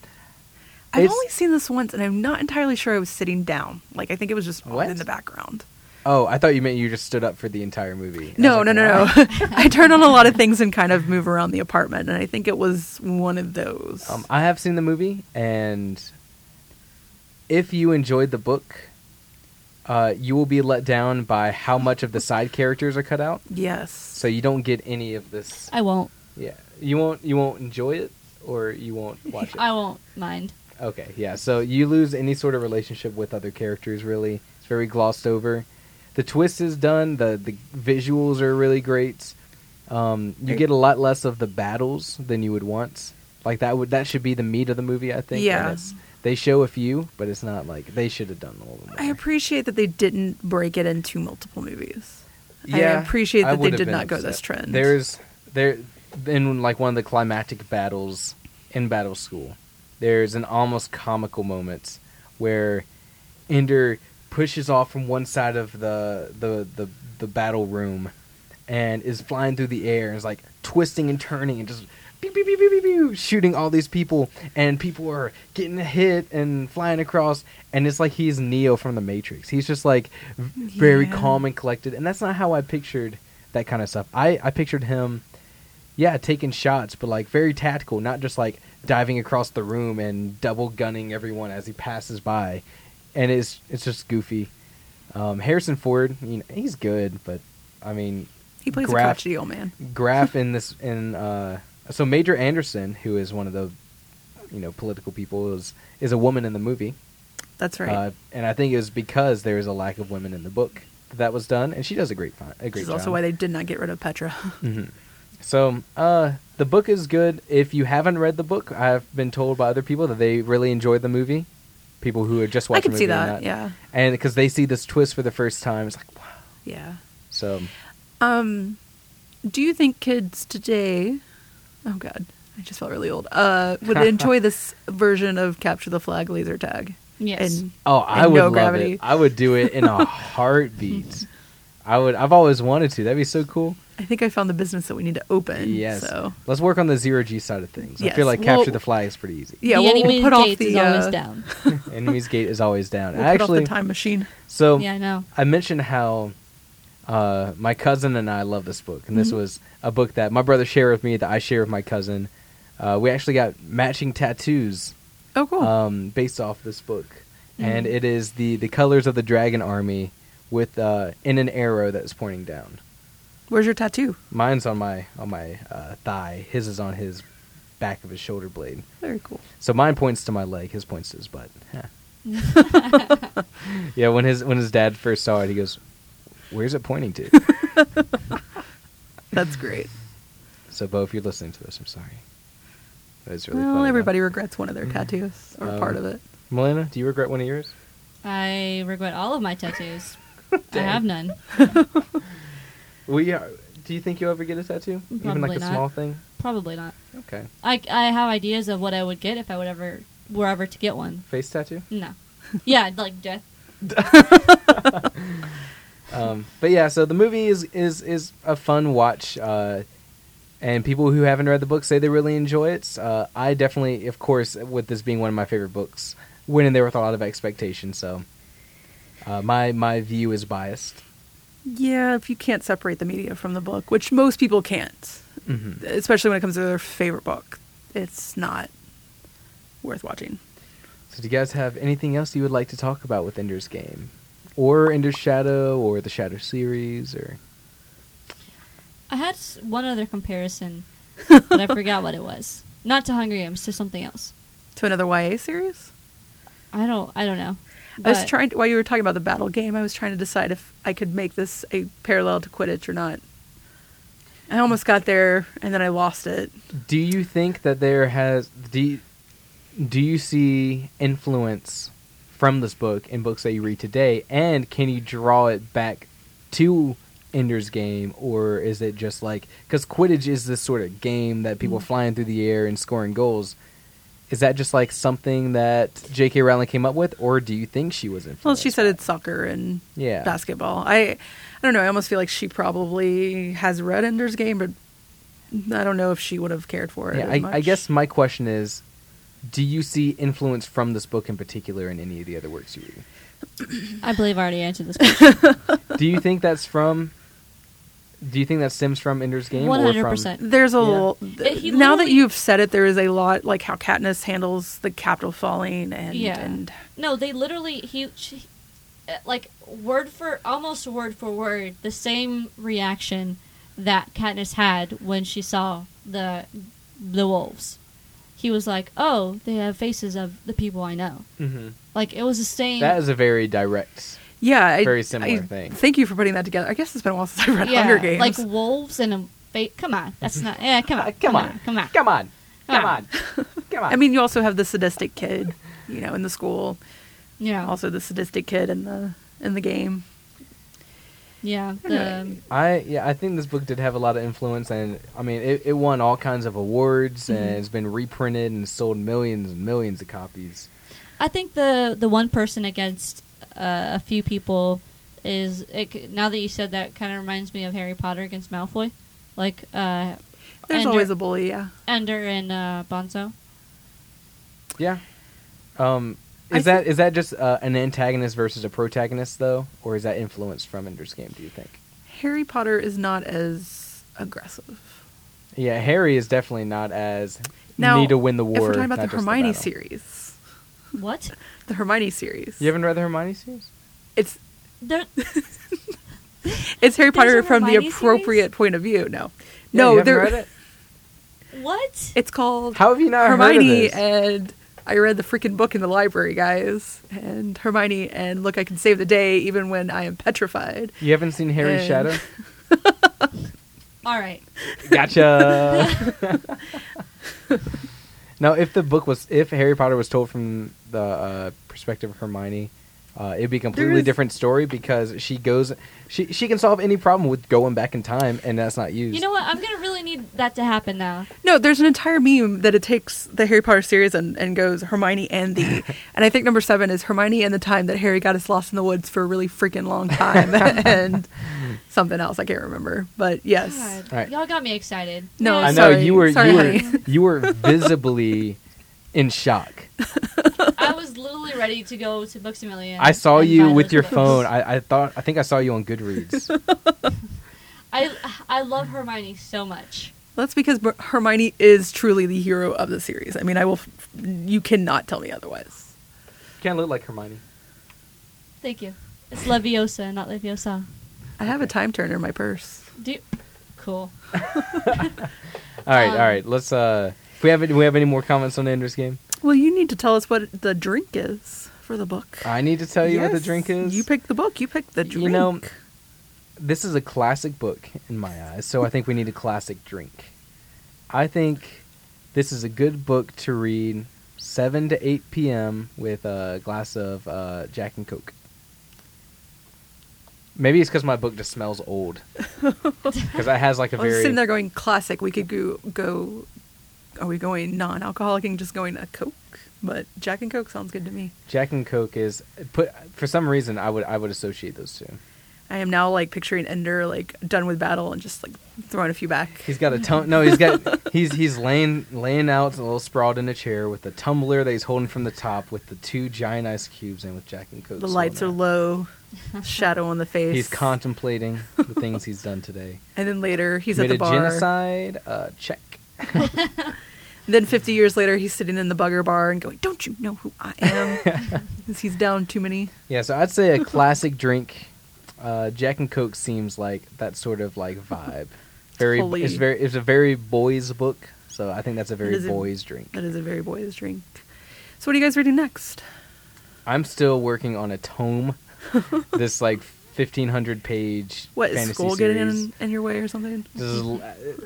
I've It's- only seen this once, and I'm not entirely sure I was sitting down. Like I think it was just on What? in the background. oh, I thought you meant you just stood up for the entire movie. And I No, was no, like, no, "Wow." no. *laughs* I turn on a lot of things and kind of move around the apartment, and I think it was one of those. Um, I have seen the movie, and if you enjoyed the book, uh, you will be let down by how much of the side characters are cut out. yes. So you don't get any of this. I won't. Yeah, you won't. You won't enjoy it, or you won't watch it. I won't mind. Okay, yeah. So you lose any sort of relationship with other characters. Really, it's very glossed over. The twist is done. the The visuals are really great. Um, you get a lot less of the battles than you would want. Like that would that should be the meat of the movie, I think. and Yeah. it's- they show a few, but it's not like they should have done all of them. I appreciate that they didn't break it into multiple movies. I appreciate that they would've did been not go this trend. There's there in like one of the climactic battles in Battle School. There's an almost comical moment where Ender pushes off from one side of the the the, the battle room and is flying through the air and is like twisting and turning and just pew, pew, pew, pew, pew, pew, shooting all these people and people are getting hit and flying across and it's like he's Neo from the Matrix. He's just like v- very Yeah. calm and collected and that's not how I pictured that kind of stuff. I I pictured him yeah, taking shots, but like very tactical, not just like diving across the room and double gunning everyone as he passes by. And it's it's just goofy. Um, Harrison Ford, you know, he's good, but I mean, he plays Graf- a crotchety old man. Graf in this in uh, so Major Anderson, who is one of the you know political people, is is a woman in the movie, That's right. uh, and I think it was because there is a lack of women in the book that, that was done, and she does a great fi- a Which great is job. Mm-hmm. also why they did not get rid of Petra. So, uh, the book is good. If you haven't read the book, I've been told by other people that they really enjoyed the movie. People who had *laughs* just I watched can the see movie and that. not- Yeah. And because they see this twist for the first time, it's like, wow. Yeah. So, Um, do you think kids today? Oh God, I just felt really old. Uh, *laughs* would enjoy this version of capture the flag laser tag? Yes. And oh, I And would no love gravity. it. I would do it *laughs* in a heartbeat. I would. I've always wanted to. That'd be so cool. I think I found the business that we need to open. Yes. So Let's work on the zero G side of things. I Yes. feel like Well- capture the flag is pretty *laughs* easy. *laughs* yeah, the we'll, enemy we'll put off gates the is always uh, down. Enemy's gate is always down. We'll put Actually, off the time machine. so yeah, I *laughs* know. I mentioned how uh, my cousin and I love this book, Mm-hmm. and this was a book that my brother shared with me that I share with my cousin. Uh, we actually got matching tattoos Oh, cool. um, based off this book, and it is the the colors of the dragon army with uh, in an arrow that is pointing down. Where's your tattoo? Mine's on my on my uh, thigh. His is on his back of his shoulder blade. Very *laughs* cool. So mine points to my leg. His points to his butt. *laughs* yeah, when his when his dad first saw it, he goes, "Where's it *laughs* pointing to?" That's great. So, Bo, if you're listening to this, I'm sorry. That is really well, funny, though. everybody regrets one of their tattoos or Um, part of it. Melina, do you regret one of yours? I regret all of my tattoos. I Dang. have none. *laughs* We are. Do you think you'll ever get a tattoo? Even like Probably a not. small thing? Probably not. Okay. I, I have ideas of what I would get if I would ever were ever to get one. Face tattoo? *laughs* No. Yeah, like death. Um, but yeah, so the movie is is is a fun watch, uh, and people who haven't read the book say they really enjoy it. Uh, I definitely, of course, with this being one of my favorite books, went in there with a lot of expectation. So, uh, my my view is biased. Yeah, if you can't separate the media from the book, which most people can't, Mhm. especially when it comes to their favorite book, it's not worth watching. So, do you guys have anything else you would like to talk about with Ender's Game, or Ender's Shadow, or the Shadow series, or *laughs* I had s- one other comparison. but I forgot what it was. Not to Hunger Games, to something else. To another YA series? I don't. I don't know. I was But- trying to, while you were talking about the battle game, I was trying to decide if I could make this a parallel to Quidditch or not. I almost got there and then I lost it. Do you think that there has do you, do you see influence from this book in books that you read today, and can you draw it back to Ender's Game, or is it just like because Quidditch is this sort of game that Mm. people flying through the air and scoring goals? Is that just like something that J.K. Rowling came up with, or do you think she was influenced? Well, she said by it's soccer and Yeah. basketball. I, I don't know. I almost feel like she probably has read Ender's Game, but I don't know if she would have cared for it. Yeah, as I, I much. guess my question is, do you see influence from this book in particular in any of the other works you read? I believe I *laughs* already answered this question. do you think that's from? Do you think that stems from Ender's Game? or from- 100%. There's a Yeah. l- It- he now that literally- you've said it, there is a lot like how Katniss handles the capital falling and Yeah. and No, they literally he, she, uh, like word for almost word for word the same reaction that Katniss had when she saw the the wolves. He was like, "Oh, they have faces of the people I know." Mhm. Like it was the same. That is a very direct. yeah, I, Very similar I thing. Thank you for putting that together. I guess it's been a while since I read yeah, Hunger Games. like wolves and a face. Come on, that's not. Yeah, come on, Ah, come, on, come on, *laughs* Come on. Come Come on. Come on. I mean, you also have the sadistic kid, you know, in the school. Yeah, Also the sadistic kid in the in the game. yeah. I The, don't know. I yeah, I think this book did have a lot of influence, and I mean, it, it won all kinds of awards, Mm-hmm. and it's been reprinted and sold millions and millions of copies. I think the the one person against uh, a few people is it, c- now that you said that kind of reminds me of Harry Potter against Malfoy, like uh, There's Ender, always a bully, yeah. Ender and uh, Bonzo. Yeah. Um, I is that is that just uh, an antagonist versus a protagonist though, or is that influence from Ender's Game? Do you think? Harry Potter is not as aggressive. Yeah, Harry is definitely not as Now, need to win the war. if we're talking about not the just Hermione battle. series, What? the Hermione series, you haven't read the Hermione series? it's *laughs* There, it's Harry There's Potter a from the Hermione series? appropriate point of view. No, Yeah, no, you haven't there- read it. what? It's called How have you not heard Hermione of this? and I read the freaking book in the library, guys. And Hermione and look, I can save the day even when I am petrified. You haven't seen and- Harry's *laughs* Shadow? All right. *laughs* Gotcha. now, if the book was, if Harry Potter was told from the uh, perspective of Hermione, uh, it'd be a completely is- different story because she goes, she she can solve any problem with going back in time, and that's not used. You know what? I'm gonna really need that to happen now. No, there's an entire meme that it takes the Harry Potter series and, and goes Hermione and *laughs* the, and I think number seven is Hermione and the time that Harry got us lost in the woods for a really freaking long *laughs* time and something else I can't remember. But yes, God, All right. Y'all got me excited. No, Man, I know Sorry. *laughs* you were Sorry, you were honey. you were visibly in shock. I was literally ready to go to Books a Million. I saw and you buy with those your books. phone. I, I thought I think I saw you on *laughs* Goodreads. I I love Hermione so much. that's because Mer- Hermione is truly the hero of the series. I mean, I will, f- you cannot tell me otherwise. Can't look like Hermione. Thank you. It's Leviosa, not Leviosa. I have a Okay. time turner in my purse. Do you- cool. All right, all Um, right. Let's. uh if we have any, we have any more comments on Ender's Game? Well, you need to tell us what the drink is for the book. I need to tell you what the drink is. You picked the book. You picked the drink. You know, this is a classic book in my eyes, so I think we need a classic drink. I think this is a good book to read 7 to 8 p.m. with a glass of uh, Jack and Coke. Maybe it's because my book just smells old. Because it has like a *laughs* I was very. sitting there going classic. We could go go. Are we going non-alcoholic and just going a Coke? But Jack and Coke sounds good to me. Jack and Coke is put for some reason I would I would associate those two. I am now like picturing Ender like done with battle and just like throwing a few back. He's got a tum- no. He's got he's he's laying laying out a little sprawled in a chair with a tumbler that he's holding from the top with the two giant ice cubes and with Jack and Coke. the still lights in are there. *laughs* low, shadow on the face. He's contemplating the things he's done today. And then later *laughs* he's at Committed the bar. genocide. Uh, check. Then 50 years later he's sitting in the bugger bar and going, "Don't you know who I *laughs* am?" 'Cause he's down too many. Yeah, so I'd say a *laughs* classic drink. Uh, Jack and Coke seems like that sort of like vibe. very fully. it's very it's a very boys book. So I think that's a very is a- boys drink. That is a very boys drink. So what are you guys reading next? I'm still working on *laughs* a tome. this like 1500 page What is fantasy school series. getting in, in your way or something? This is,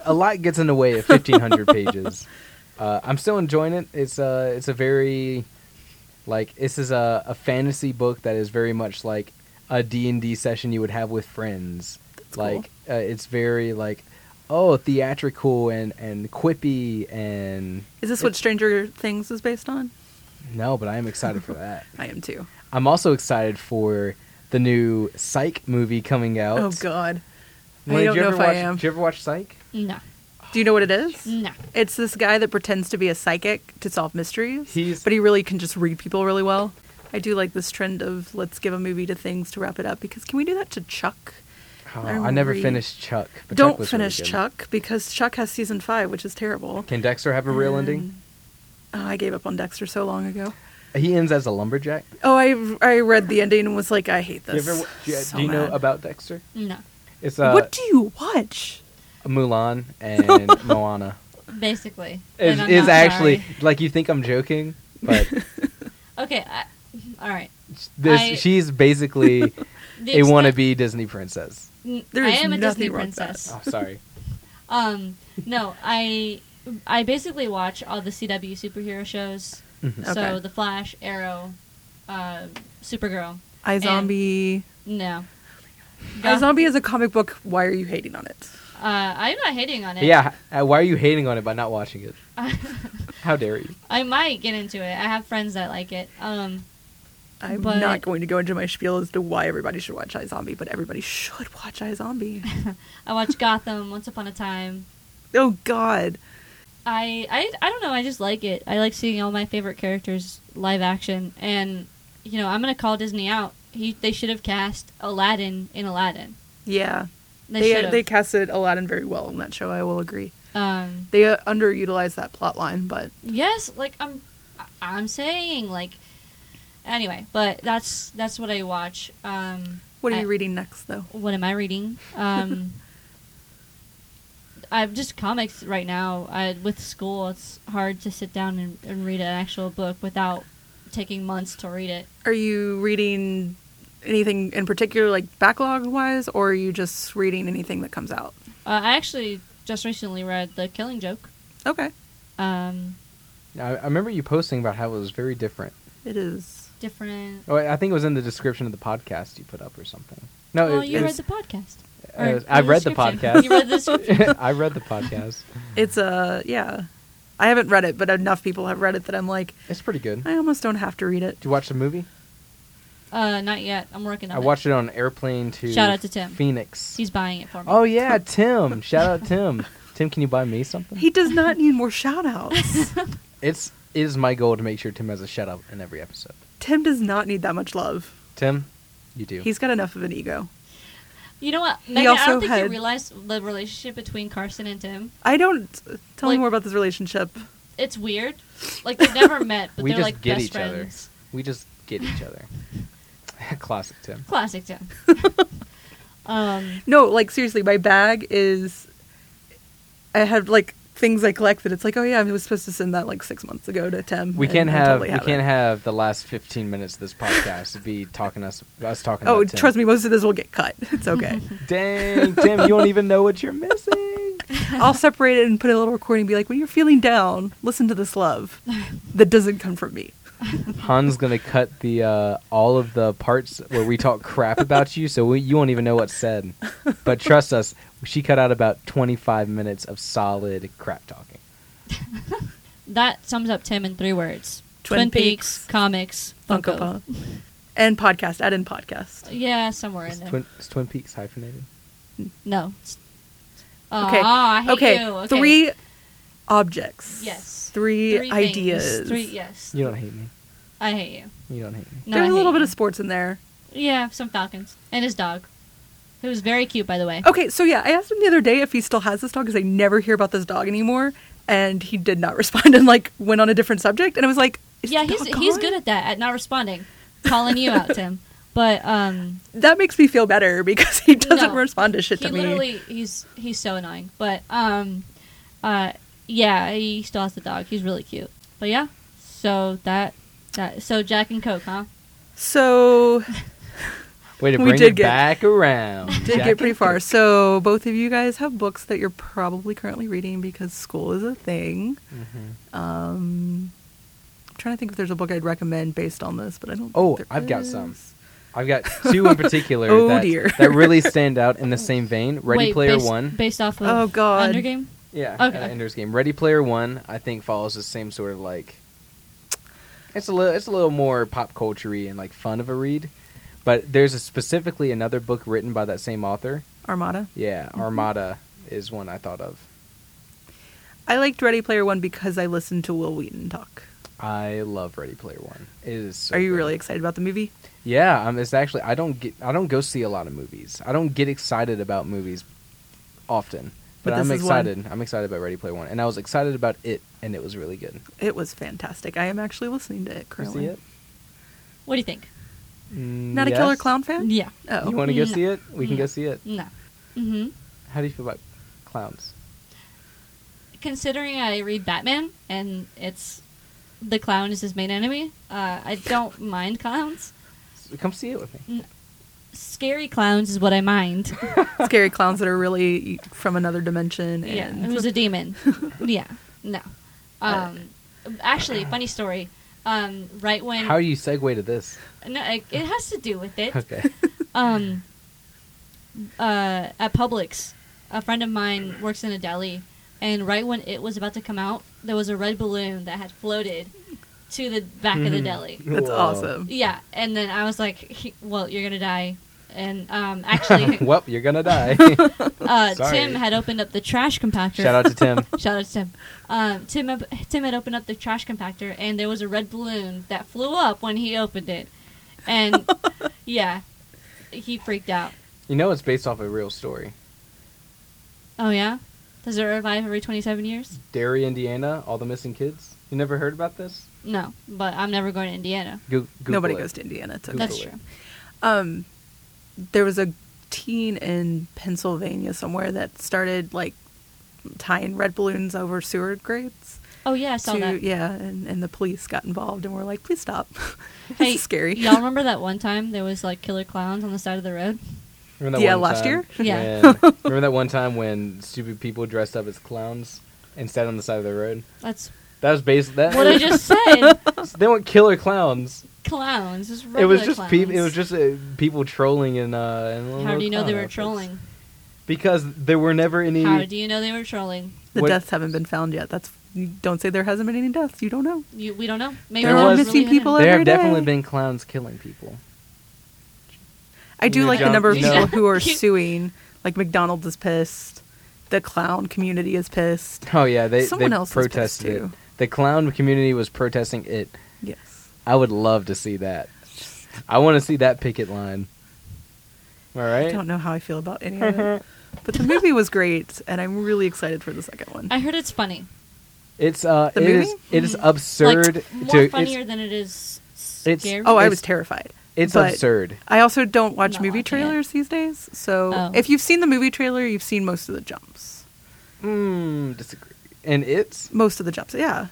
a lot gets in the way *laughs* of 1500 pages. Uh, I'm still enjoying it. It's a it's a very like this is a, a fantasy book that is very much like a D&D session you would have with friends. cool. like uh, it's very like oh theatrical and and quippy and Is this what Stranger Things is based on? no, but I am excited for that. I am too. I'm also excited for the new Psych movie coming out. Oh God. Lily, I don't did you know ever if I watch- am. Did you ever watch Psych? *laughs* No. Do you know what it is? No. It's this guy that pretends to be a psychic to solve mysteries, He's- but he really can just read people really well. I do like this trend of let's give a movie to things to wrap it up because can we do that to Chuck? Oh, I I never re- finished Chuck. but Chuck Don't was really finish good. Chuck because Chuck has season five, which is terrible. Can Dexter have a real ending? And- Oh, I gave up on Dexter so long ago. He ends as a lumberjack. Oh, I I read the ending and was like, I hate Do you, this. ever, do you, so do you know mad. about Dexter? No. It's uh, what do you watch? Mulan *laughs* and Moana. Basically. Is, And I'm is not actually sorry. like you think I'm joking, *laughs* but Okay. I, all right. this I- she's *laughs* basically The a extent- wannabe Disney princess. N- There I is am a nothing Disney wrong with that. princess. *laughs* Oh, sorry. Um, no, I I basically watch all the CW superhero shows. Mhm. So Okay. the Flash, Arrow, uh, Supergirl. I Zombie. No, Oh I Yeah. Zombie is a comic book. Why are you hating on it? uh, I'm not hating on it. yeah. uh, Why are you hating on it by not watching it? *laughs* I How dare you? might get into it. I have friends that like it. Um, I'm But- not going to go into my spiel as to why everybody should watch iZombie, but everybody should watch *laughs* iZombie. I watch Gotham, Once Upon a Time. oh God, I, I I don't know. I just like it. I like seeing all my favorite characters live action, and you know I'm gonna call Disney out. He they should have cast Aladdin in Aladdin. yeah, They, they should they, have. casted Aladdin very well in that show. I will agree. um, They uh, underutilized that plot line, but Yes, like I'm, I- I'm saying like. Anyway, but that's that's what I watch. Um, what are I- you reading next though? What am I reading? Um, I'm just comics right now. I, with school, it's hard to sit down and, and read an actual book without taking months to read it. Are you reading anything in particular, like backlog wise, or are you just reading anything that comes out? Uh, I actually just recently read The Killing Joke. Okay, Um, I, I remember you posting about how it was very different. it is. different. Oh, I think it was in the description of the podcast you put up or something. No, well, Oh, it, Oh, you read it's, the podcast. uh, or I the read the description. podcast. You read the *laughs* description. I read the podcast. It's a uh, yeah. I haven't read it, but enough people have read it that I'm like, It's pretty good. Did I almost don't have to read it. you watch the movie? Uh, not yet. I'm working on I it. watched it on an airplane to Shout out to Tim. Phoenix. He's buying it for me. *laughs* oh yeah, Tim. Shout out Tim. Tim, can you buy me something? He does not need more shout *laughs* outs. It's it is my goal to make sure Tim has a shout out in every episode. Tim does not need that much love. Tim, you do. He's got enough of an ego. You know what? Megan, I also don't think you had- realized the relationship between Carson and Tim. I don't. Tell me Like- more about this relationship. It's weird. Like they *laughs* never met, but we they're just like get best each friends. other. We just get each other. *laughs* Classic Tim. Classic *laughs* Tim. um, No, like seriously, my bag is. I have like things I collect that it's like, oh yeah, I was supposed to send that like six months ago to Tim. We and can't I have totally we can't it. have the last fifteen minutes of this podcast be talking us us talking. Oh, about Tim. trust me, most of this will get cut. *laughs* It's *laughs* okay. Dang, Tim, you don't even know what *laughs* you're missing. I'll separate it and put a little recording. And be like, when you're feeling down, listen to this love that doesn't come from me. Han's gonna cut the uh, all of the parts where we talk crap about you, so we, you won't even know what's said. But trust us, she cut out about 25 minutes of solid crap talking. that sums up Tim in three words: Twin Peaks, Peaks, comics, *laughs* Funko. Funko Pop and podcast. Add in podcast. Yeah, somewhere Is in there. Twin, is Twin Peaks hyphenated? no. Okay. Aw, I hate okay. you. Okay. Three objects. Yes. Three, Three things. ideas. Three. Yes. You don't hate me. I hate you. You don't hate me. No, There's I a little hate bit you. of sports in there. Yeah, some falcons and his dog, who was very cute, by the way. Okay, so yeah, I asked him the other day if he still has this dog because I never hear about this dog anymore, and he did not *laughs* respond and like went on a different subject. And I was like, Is yeah, this he's dog he's gone? *laughs* good at that at not responding, calling you out, Tim. But um, That makes me feel better because he doesn't No. respond to shit he to me. literally he's he's so annoying. But um, uh, yeah, he still has the dog. He's really cute. But yeah, so that that so Jack and Coke, huh? So Way to We bring did it get- back around. *laughs* did Jack get pretty and far. Coke. So both of you guys have books that you're probably currently reading because school is a thing. Mhm. Um, I'm trying to think if there's a book I'd recommend based on this, but I don't. Oh, think there I've got is. some. I've got two in *laughs* particular Oh, that, dear. that really stand out in the same vein. Ready Wait, Player based, One. based off of Oh, God. Hunger Game. yeah, okay. uh, Ender's Game. Ready Player One, I think, follows the same sort of like. It's a little, it's a little more pop culture-y and like fun of a read, but there's a, specifically another book written by that same author. Armada. Yeah, Mm-hmm. Armada is one I thought of. I liked Ready Player One because I listened to Will Wheaton talk. I love Ready Player One. It is. So Are you good. really excited about the movie? Yeah, um, it's actually I don't get I don't go see a lot of movies. I don't get excited about movies often, But but, this I'm is one. excited. I'm excited about Ready Player One, and I was excited about it, and it was really good. It was fantastic. I am actually listening to it You currently. see it? What do you think? Not a killer clown fan? Yeah. Oh. Mm, You want to go No. see it? We can No. go see it. No. Mm-hmm. How do you feel about clowns? Considering I read Batman and it's the clown is his main enemy, uh, I don't mind clowns. Come see it with me. Scary clowns is what I mind. *laughs* Scary clowns that are really from another dimension. *laughs* yeah, And who's *laughs* a demon? yeah, no. Um, actually, funny story. Um, right when How you segue to this? no, it, it has to do with it. *laughs* Okay. um, uh, at Publix, a friend of mine works in a deli, and right when it was about to come out, there was a red balloon that had floated to the back of the Mm-hmm. deli. That's Whoa. awesome. Yeah, and then I was like, "He- "Well, you're gonna die." And *laughs* um, actually, well, you're *laughs* gonna die. uh, Sorry. Tim had opened up the trash compactor. Shout out to Tim. *laughs* Shout out to Tim. Um, Tim, had- Tim had opened up the trash compactor, and there was a red balloon that flew up when he opened it, *laughs* and yeah, he freaked out. You know it's based off a real story. Oh yeah, does it revive every twenty-seven years? Derry, Indiana, all the missing kids. You never heard about this? No, but I'm never going to Indiana. Goo- Google Nobody it. goes to Indiana. It's okay. Google That's it. true. um, there was a teen in Pennsylvania somewhere that started like tying red balloons over sewer grates. Oh yeah, I saw to- that. Yeah, and, and the police got involved and were like, please stop. *laughs* this Hey, is scary. Y'all remember that one time there was like killer clowns on the side of the road? Remember that Yeah, one last time year? Yeah. when- remember that one time when stupid people dressed up as clowns and sat on the side of the road? That's That was based. That *laughs* what I *laughs* just said. they weren't killer clowns. clowns, just regular It was just clowns. peop It was just uh, people trolling in. Uh, in How little do you know they clown were outfits. trolling? Because there were never any. How do you know they were trolling? *laughs* the What- deaths haven't been found yet. That's you don't say there hasn't been any deaths. You don't know. You, we don't know. Maybe There that was- really missing people hidden. there every have definitely day. been clowns killing people. I do You like the don't number of know. people who are *laughs* You- suing. Like McDonald's is pissed. The clown community is pissed. Oh yeah, they Someone they else was pissed, protested it. too. The clown community was protesting it. Yes. I would love to see that. I want to see that picket line. All right. Mm-hmm. I don't know how I feel about any of it. But the movie was great, and I'm really excited for the second one. I heard it's funny. It's uh, The it movie? is- it is Mhm. absurd. Like, more to, it's- funnier than it is it's- scary. oh, I it's- was terrified. It's But absurd. I also don't watch Not movie watching it. trailers these days. So Oh. if you've seen the movie trailer, you've seen most of the jumps. Mm, disagree. And it's Most of the jumps, yeah.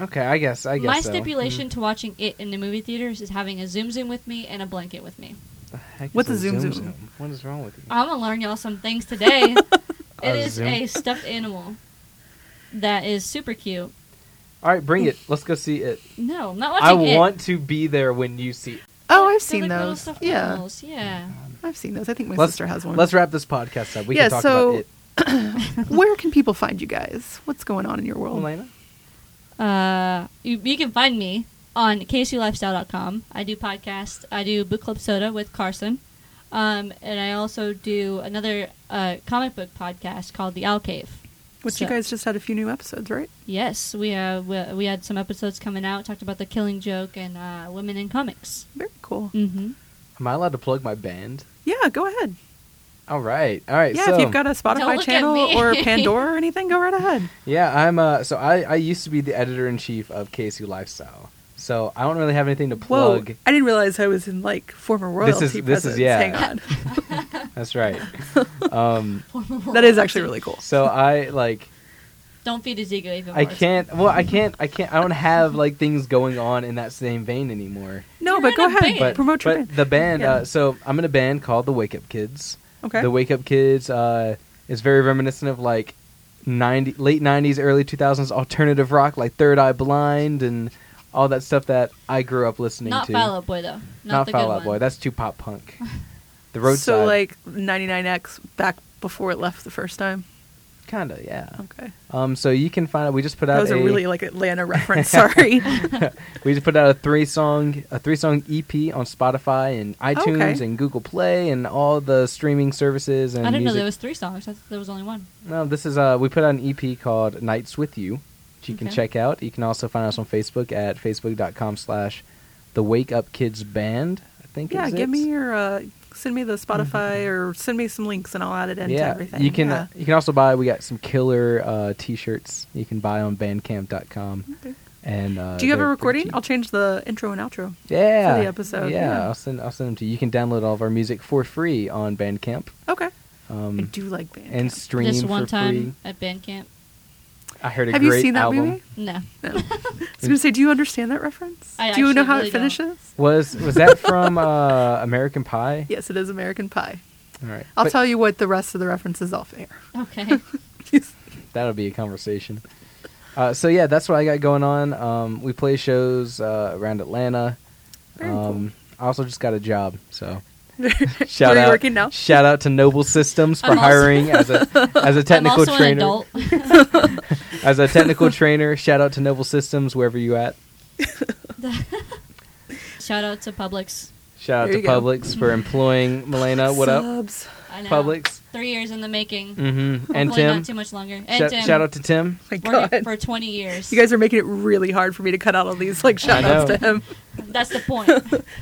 okay. I guess. I guess. Mm. My so. stipulation to watching it in the movie theaters is having a zoom zoom with me and a blanket with me. Mm. The heck is What's a zoom zoom? What is wrong with you? *laughs* I'm gonna learn y'all some *laughs* things today. it A is zoom- a stuffed animal that is super cute. All right, bring it. Let's go see it. No, I'm not I watching it. want to be there when you see. It. Oh, I've They're seen like little those. stuffed Yeah, animals, yeah. I've seen those. I think my Let's- sister has one. Let's wrap this podcast up. We Yeah, can talk so- about it. *laughs* Where can people find you guys? What's going on in your world? Elena. Uh, you, you can find me on ksulifestyle.com. I do podcasts. I do book club soda with Carson. Um, and I also do another uh, comic book podcast called The Owl Cave. Which you So- guys just had a few new episodes, right? Yes, we uh, we, we had some episodes coming out. Talked about the Killing Joke and uh, women in comics. Very cool. *laughs* Mm-hmm. *laughs* Am I allowed to plug my band? Yeah, go ahead. All right. All right. Yeah, so, if you've got a look Spotify at channel me. or Pandora or anything, go right ahead. Yeah, I'm. Uh, so I, I used to be the editor in chief of KSU Lifestyle. So I don't really have anything to Whoa! plug. I didn't realize I was in like former royalty is- this presence. is- yeah. Hang on, *laughs* That's right. um, that is actually really cool. so I like Don't feed his ego even I worse. can't. Well, I can't. I can't. I don't have like things going on in that same vein anymore. No, You're but in go a ahead, band. But promote your but band. the band. Yeah. Uh, so I'm in a band called the Wake Up Kids. Okay, The Wake Up Kids uh, is very reminiscent of like 90 late 90s, early 2000s alternative rock, like Third Eye Blind and all that stuff that I grew up listening Not to. Fall Out Boy, though. Not, Not the Fall good Out one. Boy. That's too *laughs* pop punk. The roadside. So like 99X back before it left the first time. kinda yeah. Okay, Um, so you can find out. We just put out Oh. that was a, really like Atlanta reference. *laughs* Sorry. we just put out a three song a three song EP on Spotify and iTunes Okay. and Google Play and all the streaming services and I didn't know music. there was three songs. I thought there was only one. No, this is uh we put out an EP called Nights with You, which you can Okay. check out. You can also find us on Facebook at facebook.com slash the Wake Up Kids Band. I *laughs* think yeah, is give it. Mm-hmm. me your uh, send me the Spotify or send me some links and I'll add it into yeah, everything. you can uh, Yeah. you can also buy. We got some killer uh, t-shirts you can buy on Bandcamp.com. Okay. And uh, Mm-hmm. Do you have a they're pretty recording? cheap. I'll change the intro and outro. yeah, for the episode, Yeah, yeah. I'll send I'll send them to you. You can download all of our music for free on Bandcamp. Okay. I Um, do like band. and stream this one for time free. at band camp. I heard a Have you great seen that album. movie? No. No. I was gonna say, do you understand that reference? I do you know actually how really it don't. finishes? Was was that from uh, *laughs* American Pie? Yes, it is American Pie. All right. I'll But tell you what the rest of the references off air. *laughs* *laughs* Okay. That'll be a conversation. Uh, so yeah, that's what I got going on. Um, we play shows uh, around Atlanta. Very *laughs* um, I also just got a job, so shout Where are out you working now? shout *laughs* out to *laughs* Noble Systems for I'm also- hiring as a as a technical I'm also trainer an *laughs* adult. *laughs* *laughs* as a technical trainer. Shout out to Noble Systems wherever you at. Shout out to Publix. Shout out There to you go. Publix for employing Milena. What up, Subs. I know. Publix? Three years in the making. Mm-hmm. And Hopefully Tim. not too much longer. And Shout, Tim. shout out *laughs* to Tim. Oh My God. Working for 20 years. you guys are making it really hard for me to cut out all these like I shout outs know. to him. *laughs* That's the point.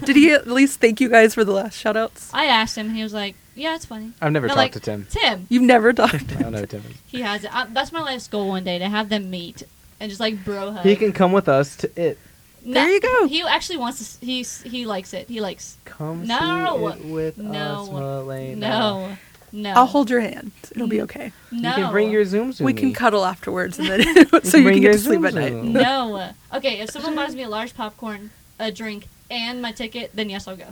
Did he at least thank you guys for the last shout outs? I asked him, and he was like, "Yeah, it's funny." I've never They're talked like, to Tim. Tim, You've never talked. I don't know who Tim. is. he has it. I, that's my life's goal one day to have them meet and just like bro hug. He can come with us to it. No, There you go. He actually wants to. s- He s- he likes it. He likes. Come No. see it with No. us, Milena. No, no. I'll hold your hand. It'll be okay. No. You can bring your Zooms with We me. can cuddle afterwards, and *laughs* then *laughs* so you bring can your get to sleep at Zooms night. along. No. Okay, if someone buys me a large popcorn, a drink, and my ticket, then yes, I'll go.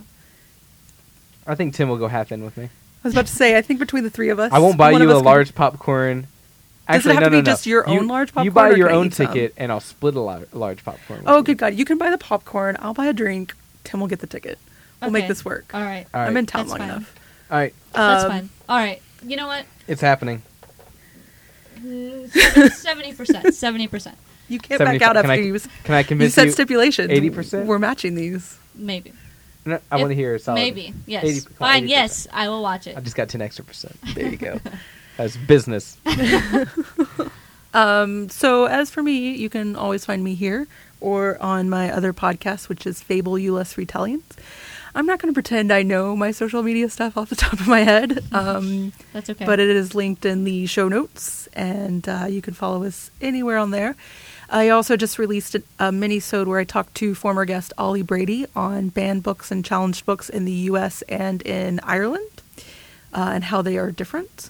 I think Tim will go half in with me. I was about to say, I think between the three of us, I won't buy one of you a us can- large popcorn. it Actually, have no, to be no, no. just your You- own large You popcorn, buy or your can I own eat some? ticket, and I'll split a lar- large popcorn. with Oh, you. good God! You can buy the popcorn. I'll buy a drink. Tim will get the ticket. We'll make Okay. this work. All right. All right. I'm in town That's long fine. enough. All right, That's Um, fine. All right. You know *laughs* what? it's happening. Seventy percent. Seventy percent. You can't back 75 out after can I- you. s- Can I You convince said stipulations. 80%? We're matching these. Maybe. No, I If- want to hear a solid. Maybe. Yes. 80 Fine. 80%. Yes, I will watch it. I just got ten extra percent. There you *laughs* go. That's business. um, so as for me, you can always find me here or on my other podcast, which is Fable U.S. Retaliants. I'm not going to pretend I know my social media stuff off the top of my head. Um, That's okay. But it is linked in the show notes, and uh, you can follow us anywhere on there. I also just released a, a mini-sode where I talked to former guest Ollie Brady on banned books and challenged books in the U.S. and in Ireland, uh, and how they are different,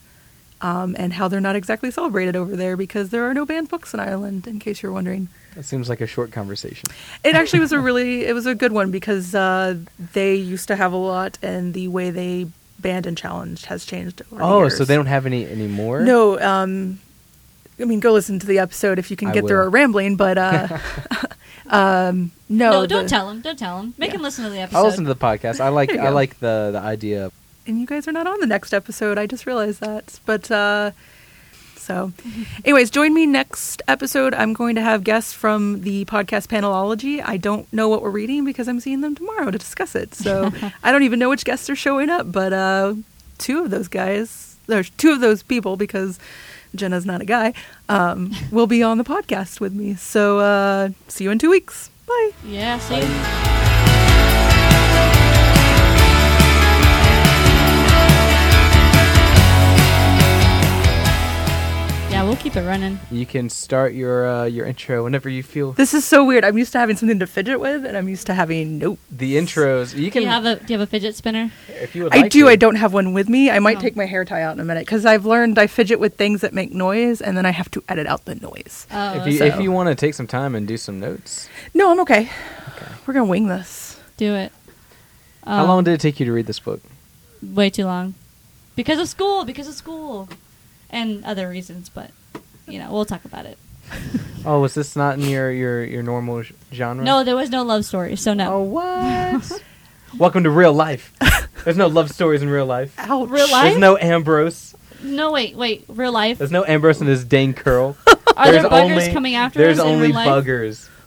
um, and how they're not exactly celebrated over there because there are no banned books in Ireland. In case you're wondering, That seems like a short conversation. it actually was a really it was a good one because uh, they used to have a lot, and the way they banned and challenged has changed. Over the Oh, so years. they don't have any anymore? No, um, I mean, go listen to the episode if you can I get through will. our rambling, but *laughs* uh, *laughs* um, no. no, don't the- tell him. Don't tell him. Make Yeah. him listen to the episode. I'll listen to the podcast. I like There you I go. like the the idea. And you guys are not on the next episode. I just realized that. But uh, so, anyways, join me next episode. I'm going to have guests from the podcast panelology. I don't know what we're reading because I'm seeing them tomorrow to discuss it. So I don't even know which guests are showing up, but uh, two of those guys, there's two of those people because Jenna's not a guy, um, will be on the podcast with me. So uh, see you in two weeks. Bye. yeah. See. you. Yeah, we'll keep it it running. You can start your uh, your intro whenever you feel This is so weird. I'm used to having something to fidget with, and I'm used to having nope. the intros. You Do can you have a Do you have a fidget spinner? if you would I like do. to. I don't have one with me. I might Oh. take my hair tie out in a minute because I've learned I fidget with things that make noise, and then I have to edit out the noise. Oh, If you so- if you want to take some time and do some notes, No, I'm okay. We're gonna wing this. do it. how Um, long did it take you to read this book? Way too long, because of school. Because of school, and other reasons. But you know, we'll talk about it. Oh, was this not in your your your normal sh- genre? No, there was no love story, so no. Oh *laughs* what? Welcome to real *laughs* life. There's no love stories in real life. Ouch. Real life? There's no Ambrose. No, wait, wait. Real life. There's no Ambrose and his dang curl. *laughs* Are there There's buggers only- coming after There's us in only real life? buggers.